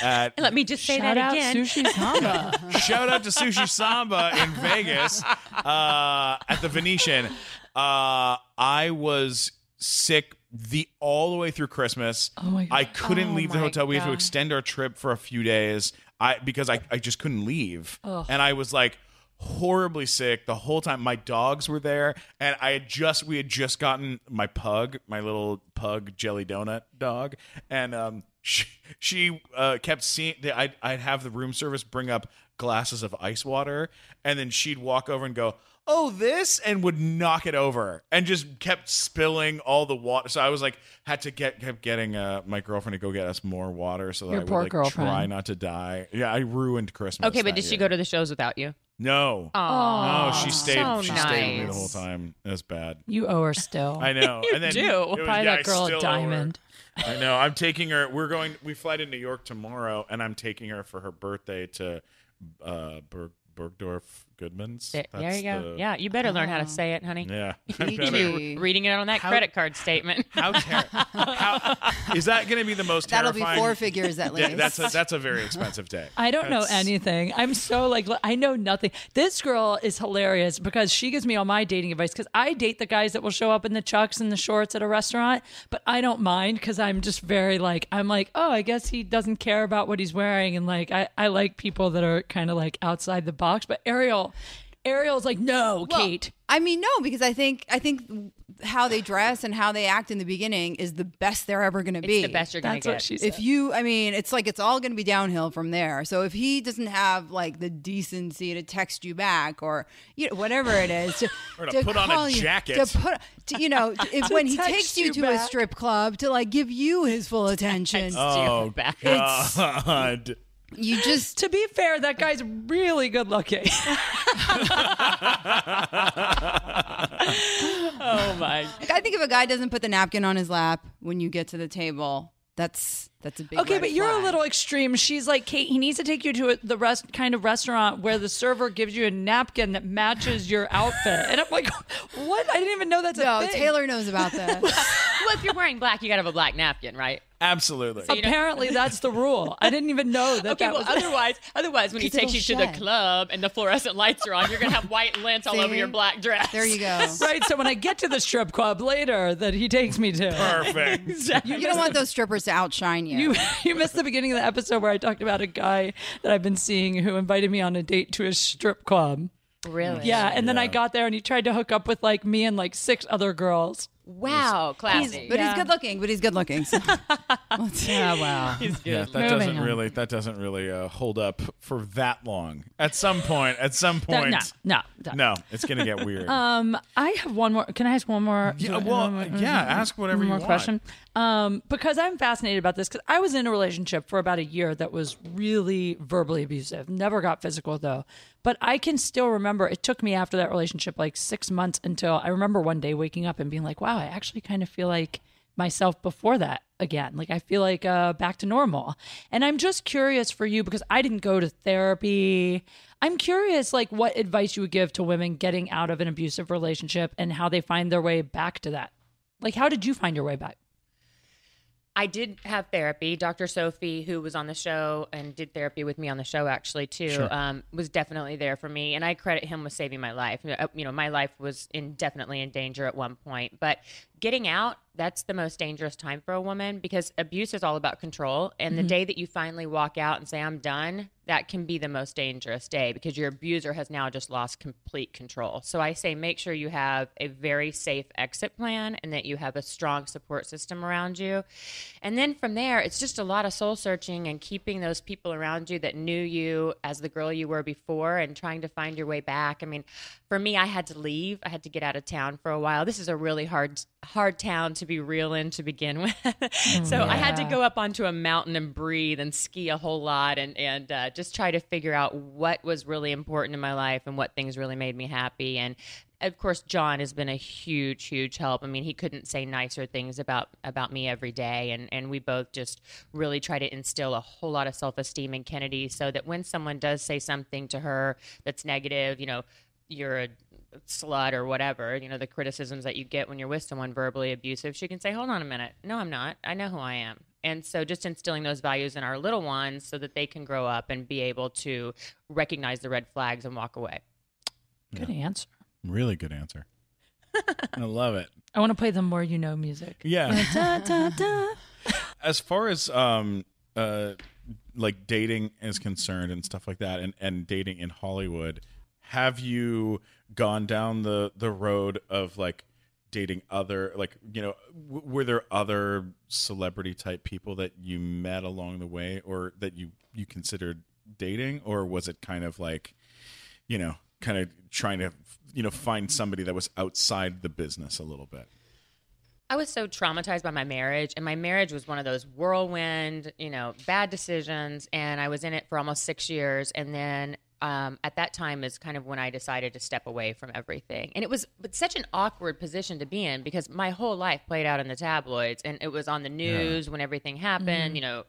Speaker 4: at
Speaker 7: Let me just say
Speaker 5: Shout
Speaker 7: that
Speaker 5: out
Speaker 7: again.
Speaker 5: Sushi Samba.
Speaker 4: Shout out to Sushi Samba in Vegas uh, at the Venetian. Uh, I was sick the all the way through Christmas. Oh
Speaker 5: my God.
Speaker 4: I couldn't
Speaker 7: Oh
Speaker 4: leave the
Speaker 7: my
Speaker 4: hotel. We had to
Speaker 7: God.
Speaker 4: extend our trip for a few days. I because I, I just couldn't leave, and I was like horribly sick the whole time. My dogs were there, and I had just we had just gotten my pug, my little pug jelly donut dog, and um. She, she uh, kept seeing. I'd, I'd have the room service bring up glasses of ice water, and then she'd walk over and go, "Oh, this," and would knock it over, and just kept spilling all the water. So I was like, had to get kept getting uh, my girlfriend to go get us more water so that
Speaker 5: Your
Speaker 4: I would
Speaker 5: poor
Speaker 4: like
Speaker 5: girlfriend.
Speaker 4: try not to die. Yeah, I ruined Christmas.
Speaker 7: Okay, but
Speaker 4: that
Speaker 7: did she
Speaker 4: year.
Speaker 7: go to the shows without you?
Speaker 4: No,
Speaker 7: Oh,
Speaker 4: no, she stayed.
Speaker 7: so
Speaker 4: she stayed with me the
Speaker 7: nice.
Speaker 4: whole time. That's bad.
Speaker 5: you owe her still.
Speaker 4: I know.
Speaker 7: You
Speaker 4: and then
Speaker 7: do.
Speaker 4: it was-
Speaker 5: Buy
Speaker 4: yeah, I
Speaker 5: that girl a
Speaker 4: still owe her.
Speaker 5: diamond.
Speaker 4: I know. I'm taking her. We're going. We fly to New York tomorrow, and I'm taking her for her birthday to uh, Berg, Bergdorf Goodman's.
Speaker 7: There, there
Speaker 4: That's
Speaker 7: you go.
Speaker 4: the-
Speaker 7: Yeah, you better learn how
Speaker 5: Oh.
Speaker 7: to say it, honey.
Speaker 4: Yeah.
Speaker 6: need
Speaker 4: I
Speaker 6: to
Speaker 4: better-
Speaker 6: be-
Speaker 7: Reading it on that
Speaker 4: How-
Speaker 7: credit card statement.
Speaker 4: How, ter- how is that going to be the most
Speaker 6: That'll be
Speaker 4: terrifying?
Speaker 6: four figures at
Speaker 4: Yeah,
Speaker 6: least.
Speaker 4: that's a, that's a very expensive day.
Speaker 5: I don't know
Speaker 4: That's-
Speaker 5: anything. I'm so like li- I know nothing. This girl is hilarious because she gives me all my dating advice because I date the guys that will show up in the chucks and the shorts at a restaurant, but I don't mind because I'm just very like I'm like oh I guess he doesn't care about what he's wearing and like I I like people that are kind of like outside the box. But Ariel, Ariel's like no
Speaker 6: Well,
Speaker 5: Kate.
Speaker 6: I mean, no, because I think I think how they dress and how they act in the beginning is the best they're ever going to be.
Speaker 7: It's the best you're gonna
Speaker 5: That's
Speaker 7: get.
Speaker 5: what she said.
Speaker 6: If you, I mean, it's like it's all going to be downhill from there. So if he doesn't have like the decency to text you back or you know whatever it is to,
Speaker 4: Or to put on a
Speaker 6: call you-
Speaker 4: jacket.
Speaker 6: to put to, you know if when he
Speaker 5: text
Speaker 6: takes you,
Speaker 5: you
Speaker 6: to a
Speaker 5: back.
Speaker 6: strip club to like give you his full attention,
Speaker 4: Oh
Speaker 7: back.
Speaker 4: God!
Speaker 6: you just
Speaker 5: to be fair, that guy's really good looking.
Speaker 7: Oh my.
Speaker 6: Like, I think if a guy doesn't put the napkin on his lap when you get to the table, that's that's a big.
Speaker 5: Okay,
Speaker 6: red
Speaker 5: but you're a
Speaker 6: flag.
Speaker 5: little extreme. She's like, Kate, he needs to take you to a, the rest kind of restaurant where the server gives you a napkin that matches your outfit. And I'm like, what? I didn't even know that's a
Speaker 6: No,
Speaker 5: thing.
Speaker 6: Taylor knows about that.
Speaker 7: Well, if you're wearing black, you gotta have a black napkin, right?
Speaker 4: Absolutely.
Speaker 5: Apparently, that's the rule. I didn't even know that.
Speaker 7: Okay,
Speaker 5: that
Speaker 7: well,
Speaker 5: was
Speaker 7: otherwise, otherwise, when he takes you to
Speaker 6: it'll
Speaker 7: the
Speaker 6: shed.
Speaker 7: club and the fluorescent lights are on, you're gonna have white lint all over
Speaker 6: See?
Speaker 7: your black dress.
Speaker 6: there you go.
Speaker 5: right. So when I get to the strip club later, that he takes me to.
Speaker 4: Perfect.
Speaker 5: Exactly.
Speaker 6: You don't want those strippers to outshine you.
Speaker 5: You, you missed the beginning of the episode where I talked about a guy that I've been seeing who invited me on a date to a strip club.
Speaker 7: Really?
Speaker 5: Yeah, and then I got there and he tried to hook up with like me and like six other girls.
Speaker 7: Wow, classy.
Speaker 6: but
Speaker 5: Yeah.
Speaker 6: he's good looking. But he's good looking. So.
Speaker 5: Yeah, wow.
Speaker 4: Yeah, that
Speaker 5: Moving
Speaker 4: doesn't
Speaker 5: on.
Speaker 4: really that doesn't really uh, hold up for that long. At some point, at some
Speaker 5: No,
Speaker 4: point,
Speaker 5: no, no, no.
Speaker 4: no, it's gonna get weird.
Speaker 5: Um, I have one more. Can I ask one more?
Speaker 4: yeah,
Speaker 5: one
Speaker 4: well,
Speaker 5: more-
Speaker 4: yeah. Ask whatever
Speaker 5: one
Speaker 4: you
Speaker 5: more
Speaker 4: want.
Speaker 5: question. Um, because I'm fascinated about this. Because I was in a relationship for about a year that was really verbally abusive. Never got physical though. But I can still remember. It took me after that relationship like six months until I remember one day waking up and being like, "Wow, I actually kind of feel like." myself before that again. Like I feel like uh, back to normal. And I'm just curious for you because I didn't go to therapy. I'm curious, like, what advice you would give to women getting out of an abusive relationship and how they find their way back to that. Like, how did you find your way back?
Speaker 7: I did have therapy. Dr. Sophie, who was on the show and did therapy with me on the show, actually too, um, was definitely there for me, and I credit him with saving my life. Uh, You know, my life was in definitely in danger at one point, but getting out, that's the most dangerous time for a woman because abuse is all about control. And the day that you finally walk out and say, I'm done, that can be the most dangerous day because your abuser has now just lost complete control. So I say make sure you have a very safe exit plan and that you have a strong support system around you. And then from there, it's just a lot of soul searching and keeping those people around you that knew you as the girl you were before and trying to find your way back. I mean, for me, I had to leave. I had to get out of town for a while. This is a really hard, hard town to be real in to begin with. so I had to go up onto a mountain and breathe and ski a whole lot and and uh, just try to figure out what was really important in my life and what things really made me happy. And of course, John has been a huge, huge help. I mean, he couldn't say nicer things about about me every day, and and we both just really try to instill a whole lot of self esteem in Kennedy, so that when someone does say something to her that's negative, you know, you're a slut or whatever, you know, the criticisms that you get when you're with someone verbally abusive, she can say, hold on a minute. No, I'm not. I know who I am. And so just instilling those values in our little ones so that they can grow up and be able to recognize the red flags and walk away.
Speaker 5: Good answer.
Speaker 4: Really good answer. I love it.
Speaker 5: I want to play the more you know music.
Speaker 4: Yeah.
Speaker 5: Da, da, da.
Speaker 4: as far as um uh like dating is concerned and stuff like that and and dating in hollywood have you gone down the the road of like dating other like you know w- were there other celebrity type people that you met along the way or that you you considered dating or was it kind of like you know kind of trying to you know find somebody that was outside the business a little bit
Speaker 7: I was so traumatized by my marriage, and my marriage was one of those whirlwind, you know, bad decisions. And I was in it for almost six years, and then um, at that time is kind of when I decided to step away from everything. And it was but such an awkward position to be in because my whole life played out in the tabloids, and it was on the news when everything happened. You know,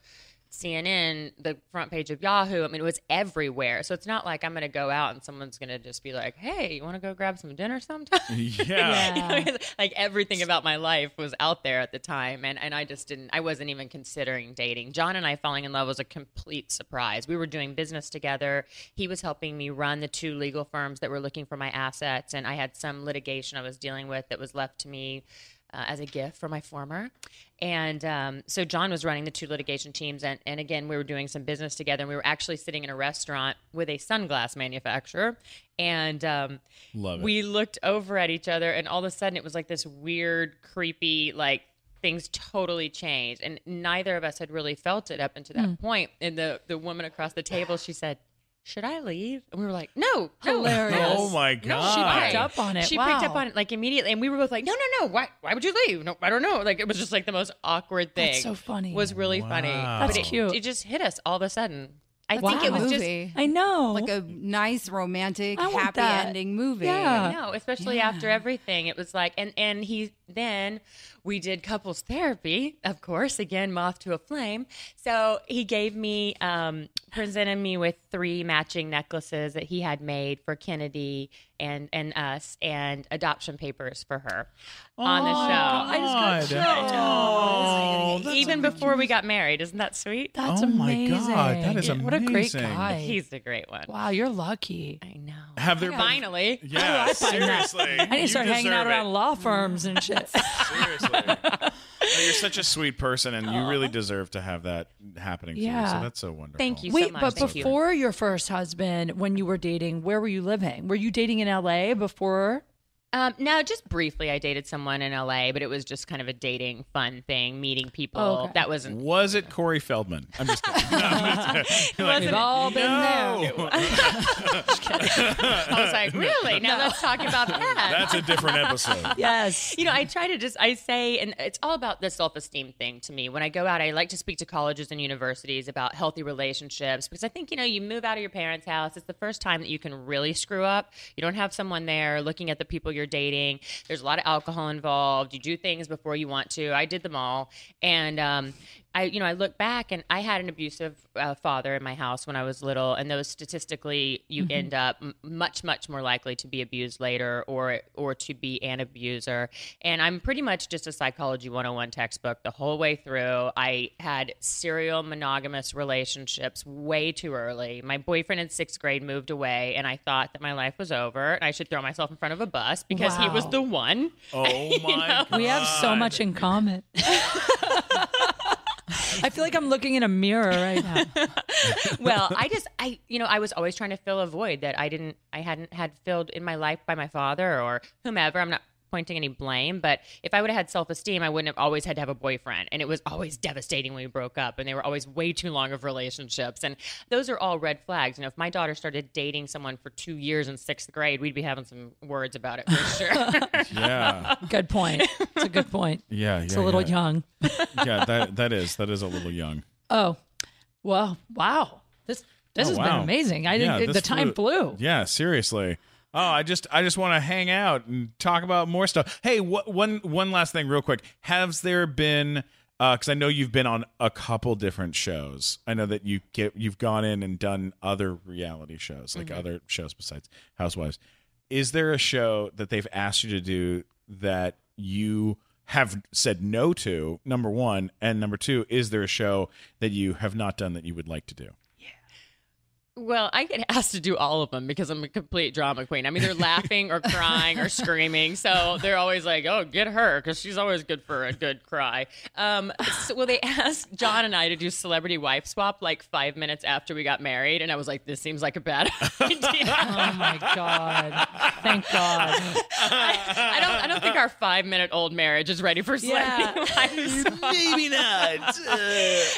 Speaker 7: CNN, the front page of Yahoo. I mean, it was everywhere. So it's not like I'm going to go out and someone's going to just be like, "Hey, you want to go grab some dinner sometime?"
Speaker 4: yeah
Speaker 7: You know, like everything about my life was out there at the time and, and i just didn't i wasn't even considering dating john and i falling in love was a complete surprise we were doing business together he was helping me run the two legal firms that were looking for my assets and i had some litigation i was dealing with that was left to me uh, as a gift from my former. And um, so John was running the two litigation teams. And, and again, we were doing some business together. And we were actually sitting in a restaurant with a sunglass manufacturer. And um,
Speaker 4: Love it.
Speaker 7: we looked over at each other. And all of a sudden, it was like this weird, creepy, like, Things totally changed, and neither of us had really felt it up until that point. And the the woman across the table, she said, "Should I leave?" And we were like, "No, no,
Speaker 5: Hilarious.
Speaker 7: no."
Speaker 4: oh my
Speaker 7: No,
Speaker 4: god
Speaker 7: she
Speaker 5: picked up on it.
Speaker 7: She picked up
Speaker 5: Wow.
Speaker 7: on it like immediately, and we were both like, "No, no, no! Why? Why would you leave? No, I don't know." Like it was just like the most awkward thing.
Speaker 5: That's so funny.
Speaker 7: Was really funny.
Speaker 4: Wow.
Speaker 7: But
Speaker 5: That's
Speaker 7: it,
Speaker 5: cute.
Speaker 7: It just hit us all of a sudden. I
Speaker 6: That's
Speaker 7: think
Speaker 6: like
Speaker 7: it
Speaker 6: a
Speaker 7: was just
Speaker 6: movie.
Speaker 5: I know.
Speaker 6: like
Speaker 4: Oh
Speaker 6: a nice romantic
Speaker 5: I want
Speaker 6: happy
Speaker 5: that.
Speaker 6: ending movie.
Speaker 5: Yeah.
Speaker 7: No, especially after everything. It was like, and and he then we did couples therapy, of course. Again, moth to a flame. So he gave me, um, presented me with three matching necklaces that he had made for Kennedy and and us, and adoption papers for her on the show.
Speaker 5: Oh, I just got
Speaker 4: God.
Speaker 5: chills.
Speaker 4: Oh, that's
Speaker 7: Even before we got married, isn't that sweet?
Speaker 5: That's
Speaker 4: Oh my
Speaker 5: amazing.
Speaker 4: God, that is
Speaker 5: What a great
Speaker 4: amazing.
Speaker 5: guy.
Speaker 7: He's the great one.
Speaker 5: wow, you're lucky.
Speaker 7: I know.
Speaker 4: have there been
Speaker 7: Finally,
Speaker 5: Oh,
Speaker 4: Yeah, seriously.
Speaker 5: I need to start hanging out around law firms and shit.
Speaker 4: Seriously, you're such a sweet person, and you really deserve to have that happening. to you. so
Speaker 5: Yeah.
Speaker 4: that's so wonderful.
Speaker 7: Thank you so
Speaker 5: Wait,
Speaker 7: much.
Speaker 5: but
Speaker 7: Thank you.
Speaker 5: before your first husband, when you were dating, where were you living? Were you dating in LA before?
Speaker 7: Um, no, just briefly, I dated someone in LA, but it was just kind of a dating fun thing, meeting people.
Speaker 5: Oh, okay.
Speaker 7: That wasn't.
Speaker 4: Was it Corey Feldman? I'm just kidding. No, I'm just kidding.
Speaker 5: We've all been there.
Speaker 4: No.
Speaker 7: I was like, really? Now let's talk about that.
Speaker 4: That's a different episode.
Speaker 5: Yes.
Speaker 7: you know, I try to just I say, and it's all about the self esteem thing to me. When I go out, I like to speak to colleges and universities about healthy relationships because I think you know you move out of your parents' house. It's the first time that you can really screw up. You don't have someone there looking at the people you're dating. There's a lot of alcohol involved. You do things before you want to. I did them all, and um, I, you know, I look back and I had an abusive uh, father in my house when I was little, and those statistically, you end up m- much, much more likely to be abused later or or to be an abuser. And I'm pretty much just a psychology 101 textbook the whole way through. I had serial monogamous relationships way too early. My boyfriend in sixth grade moved away, and I thought that my life was over, and I should throw myself in front of a bus because he was
Speaker 5: Wow.
Speaker 7: the one.
Speaker 4: Oh my god.
Speaker 5: We have so much in common. I feel like I'm looking in a mirror right now.
Speaker 7: well, I just I you know I was always trying to fill a void that I didn't I hadn't had filled in my life by my father or whomever. I'm not pointing any blame, but if I would have had self esteem, I wouldn't have always had to have a boyfriend, and it was always devastating when we broke up, and they were always way too long of relationships, and those are all red flags. You know, if my daughter started dating someone for two years in sixth grade, we'd be having some words about it for sure.
Speaker 4: Yeah.
Speaker 5: Good point. It's a good point.
Speaker 4: Yeah.
Speaker 5: It's a little
Speaker 4: yeah.
Speaker 5: young.
Speaker 4: Yeah, that that is that is a little young.
Speaker 5: Oh, well, wow. This this
Speaker 4: Oh,
Speaker 5: has
Speaker 4: wow.
Speaker 5: been amazing. I
Speaker 4: Yeah,
Speaker 5: didn't.
Speaker 4: this
Speaker 5: the time flew.
Speaker 4: Yeah, seriously. Oh, I just I just want to hang out and talk about more stuff. Hey, wh- one one last thing, real quick. Has there been? Because I know you've been on a couple different shows. I know that you get you've gone in and done other reality shows,
Speaker 5: Mm-hmm.
Speaker 4: like other shows besides Housewives. Is there a show that they've asked you to do that you have said no to? Number one, and number two, is there a show that you have not done that you would like to do?
Speaker 7: Well, I get asked to do all of them because I'm a complete drama queen. I'm either laughing or crying or screaming. So they're always like, "Oh, get her," because she's always good for a good cry. Um, so, well, they asked John and I to do celebrity wife swap like five minutes after we got married, and I was like, "This seems like a bad idea."
Speaker 5: Oh my god! Thank God.
Speaker 7: I don't, I don't think our five minute old marriage is ready for celebrity wife swap.
Speaker 4: Maybe not. Uh.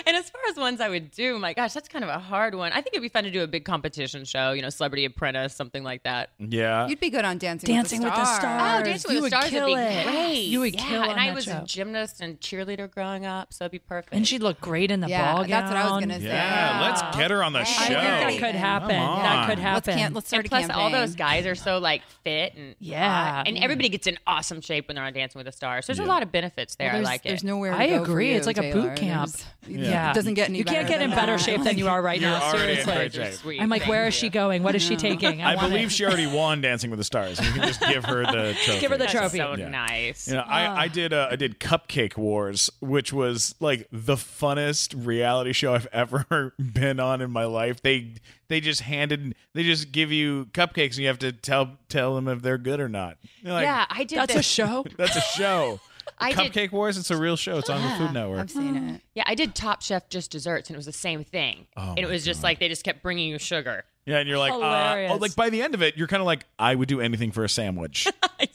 Speaker 7: And as far as ones I would do, my gosh, that's kind of a hard one. I think it'd be fun to do a big competition show, you know, Celebrity Apprentice, something like that.
Speaker 4: yeah.
Speaker 6: You'd be good on Dancing,
Speaker 5: Dancing
Speaker 6: with
Speaker 5: with
Speaker 6: the
Speaker 5: the
Speaker 6: Stars.
Speaker 5: Stars.
Speaker 7: Oh, Dancing
Speaker 5: You
Speaker 7: with
Speaker 5: would
Speaker 7: the Stars would be
Speaker 5: kill it.
Speaker 7: great.
Speaker 5: You would
Speaker 7: yeah.
Speaker 5: kill on
Speaker 7: And I
Speaker 5: that
Speaker 7: was
Speaker 5: show.
Speaker 7: a gymnast and cheerleader growing up, so it'd be perfect.
Speaker 5: And she looked great in the
Speaker 6: yeah,
Speaker 5: ball gown.
Speaker 6: that's what I was gonna say.
Speaker 4: Yeah, let's get her on the
Speaker 5: I
Speaker 6: Hey.
Speaker 4: show.
Speaker 5: think that
Speaker 6: Show.
Speaker 5: could happen.
Speaker 4: Come
Speaker 5: That could
Speaker 4: on.
Speaker 6: Let's,
Speaker 5: happen.
Speaker 6: can- let's start
Speaker 7: and
Speaker 6: a
Speaker 7: plus,
Speaker 6: campaign.
Speaker 7: all those guys are so like fit and
Speaker 5: Yeah.
Speaker 7: hot. and everybody gets in awesome shape when they're on Dancing with the Stars. There's a
Speaker 4: Yeah.
Speaker 7: lot of benefits there.
Speaker 6: There's,
Speaker 7: I like it.
Speaker 6: there's nowhere. to
Speaker 5: I
Speaker 6: go for
Speaker 5: agree.
Speaker 6: you,
Speaker 5: It's like a boot
Speaker 6: Taylor.
Speaker 5: camp.
Speaker 6: There's-
Speaker 5: yeah.
Speaker 6: It doesn't get any.
Speaker 5: You can't
Speaker 6: better
Speaker 5: get in
Speaker 6: than
Speaker 5: better
Speaker 6: that.
Speaker 5: shape than you are right
Speaker 4: You're
Speaker 5: now.
Speaker 4: already in
Speaker 5: Seriously.
Speaker 4: great
Speaker 7: You're
Speaker 4: shape.
Speaker 7: sweet.
Speaker 5: I'm like,
Speaker 7: Thank
Speaker 5: where
Speaker 7: you.
Speaker 5: is she going? What is she taking? I,
Speaker 4: I
Speaker 5: want
Speaker 4: believe
Speaker 5: it.
Speaker 4: she already won Dancing with the Stars. You can just give her the trophy.
Speaker 5: Give her the
Speaker 7: That's
Speaker 5: trophy. Ah.
Speaker 7: So
Speaker 4: Yeah.
Speaker 7: nice.
Speaker 4: You know, I, I did uh, I did Cupcake Wars, which was like the funnest reality show I've ever been on in my life. They they just handed they just give you cupcakes and you have to tell tell them if they're good or not. You're like,
Speaker 7: yeah, I did.
Speaker 5: That's
Speaker 7: the-
Speaker 5: a show.
Speaker 4: that's a show.
Speaker 7: I
Speaker 4: Cupcake
Speaker 7: did-
Speaker 4: Wars, it's a real show. It's on the Food Network.
Speaker 6: I've seen it.
Speaker 7: Yeah, I did Top Chef just desserts, and it was the same thing.
Speaker 4: Oh
Speaker 7: and it was just like they just kept bringing you sugar.
Speaker 4: Yeah, and you're like, uh,
Speaker 5: Hilarious.
Speaker 4: oh, like by the end of it, you're kind of like, I would do anything for a sandwich.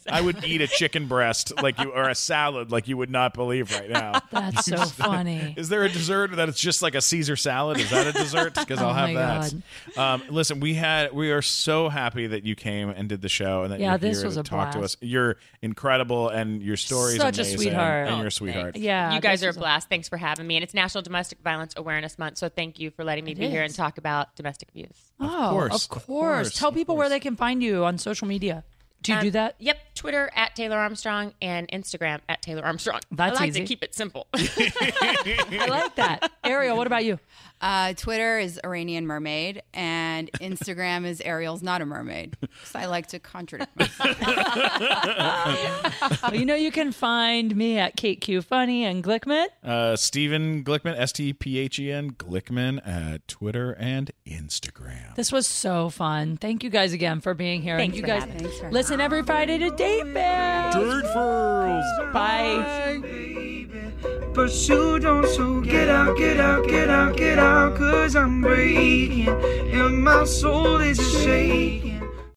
Speaker 4: I would eat a chicken breast like you or a salad like you would not believe right now.
Speaker 5: That's so funny.
Speaker 4: Is there a dessert that it's just like a Caesar salad? Is that a dessert? Because I'll
Speaker 5: Oh
Speaker 4: have
Speaker 5: my
Speaker 4: that. Um, listen, we had we are so happy that you came and did the show and that
Speaker 5: Yeah,
Speaker 4: you're
Speaker 5: this
Speaker 4: here
Speaker 5: was
Speaker 4: to
Speaker 5: a
Speaker 4: talk to us.
Speaker 5: blast.
Speaker 4: You're incredible and your story
Speaker 5: Such a
Speaker 4: is amazing
Speaker 5: sweetheart.
Speaker 4: and
Speaker 5: Oh,
Speaker 4: you're a sweetheart.
Speaker 5: Yeah.
Speaker 7: you guys
Speaker 5: this
Speaker 7: are a
Speaker 5: is
Speaker 7: blast. Thanks for having me. And it's National Domestic Violence Awareness Month, so thank you for letting me be here
Speaker 5: is.
Speaker 7: and talk about domestic abuse.
Speaker 5: Oh,
Speaker 4: course,
Speaker 5: of
Speaker 4: of
Speaker 5: course.
Speaker 4: course,
Speaker 5: Tell
Speaker 4: of
Speaker 5: people where
Speaker 4: course.
Speaker 5: they can find you on social media. Do you
Speaker 7: Um,
Speaker 5: do that?
Speaker 7: Yep. Twitter at Taylor Armstrong and Instagram at Taylor Armstrong.
Speaker 5: That's
Speaker 7: I like
Speaker 5: easy.
Speaker 7: to keep it simple.
Speaker 5: I like that. Ariel, what about you? Ah.
Speaker 6: Uh, Twitter is Iranian Mermaid, and Instagram is Ariel's Not a Mermaid. Because I like to contradict myself.
Speaker 5: Well, you know you can find me at Kate Q Funny and Glickman.
Speaker 4: Uh, Stephen Glickman, S T P H E N Glickman at Twitter and Instagram.
Speaker 5: This was so fun. Thank you guys again for being here. and
Speaker 7: Thanks
Speaker 5: you
Speaker 7: for
Speaker 5: guys
Speaker 7: having
Speaker 6: Thanks for
Speaker 5: listen every Friday to Date Bear.
Speaker 4: Dirt Furls.
Speaker 5: Bye.
Speaker 3: baby. But you don't, so get out, get out, get out, get out, cause I'm breaking. And my soul is shaking.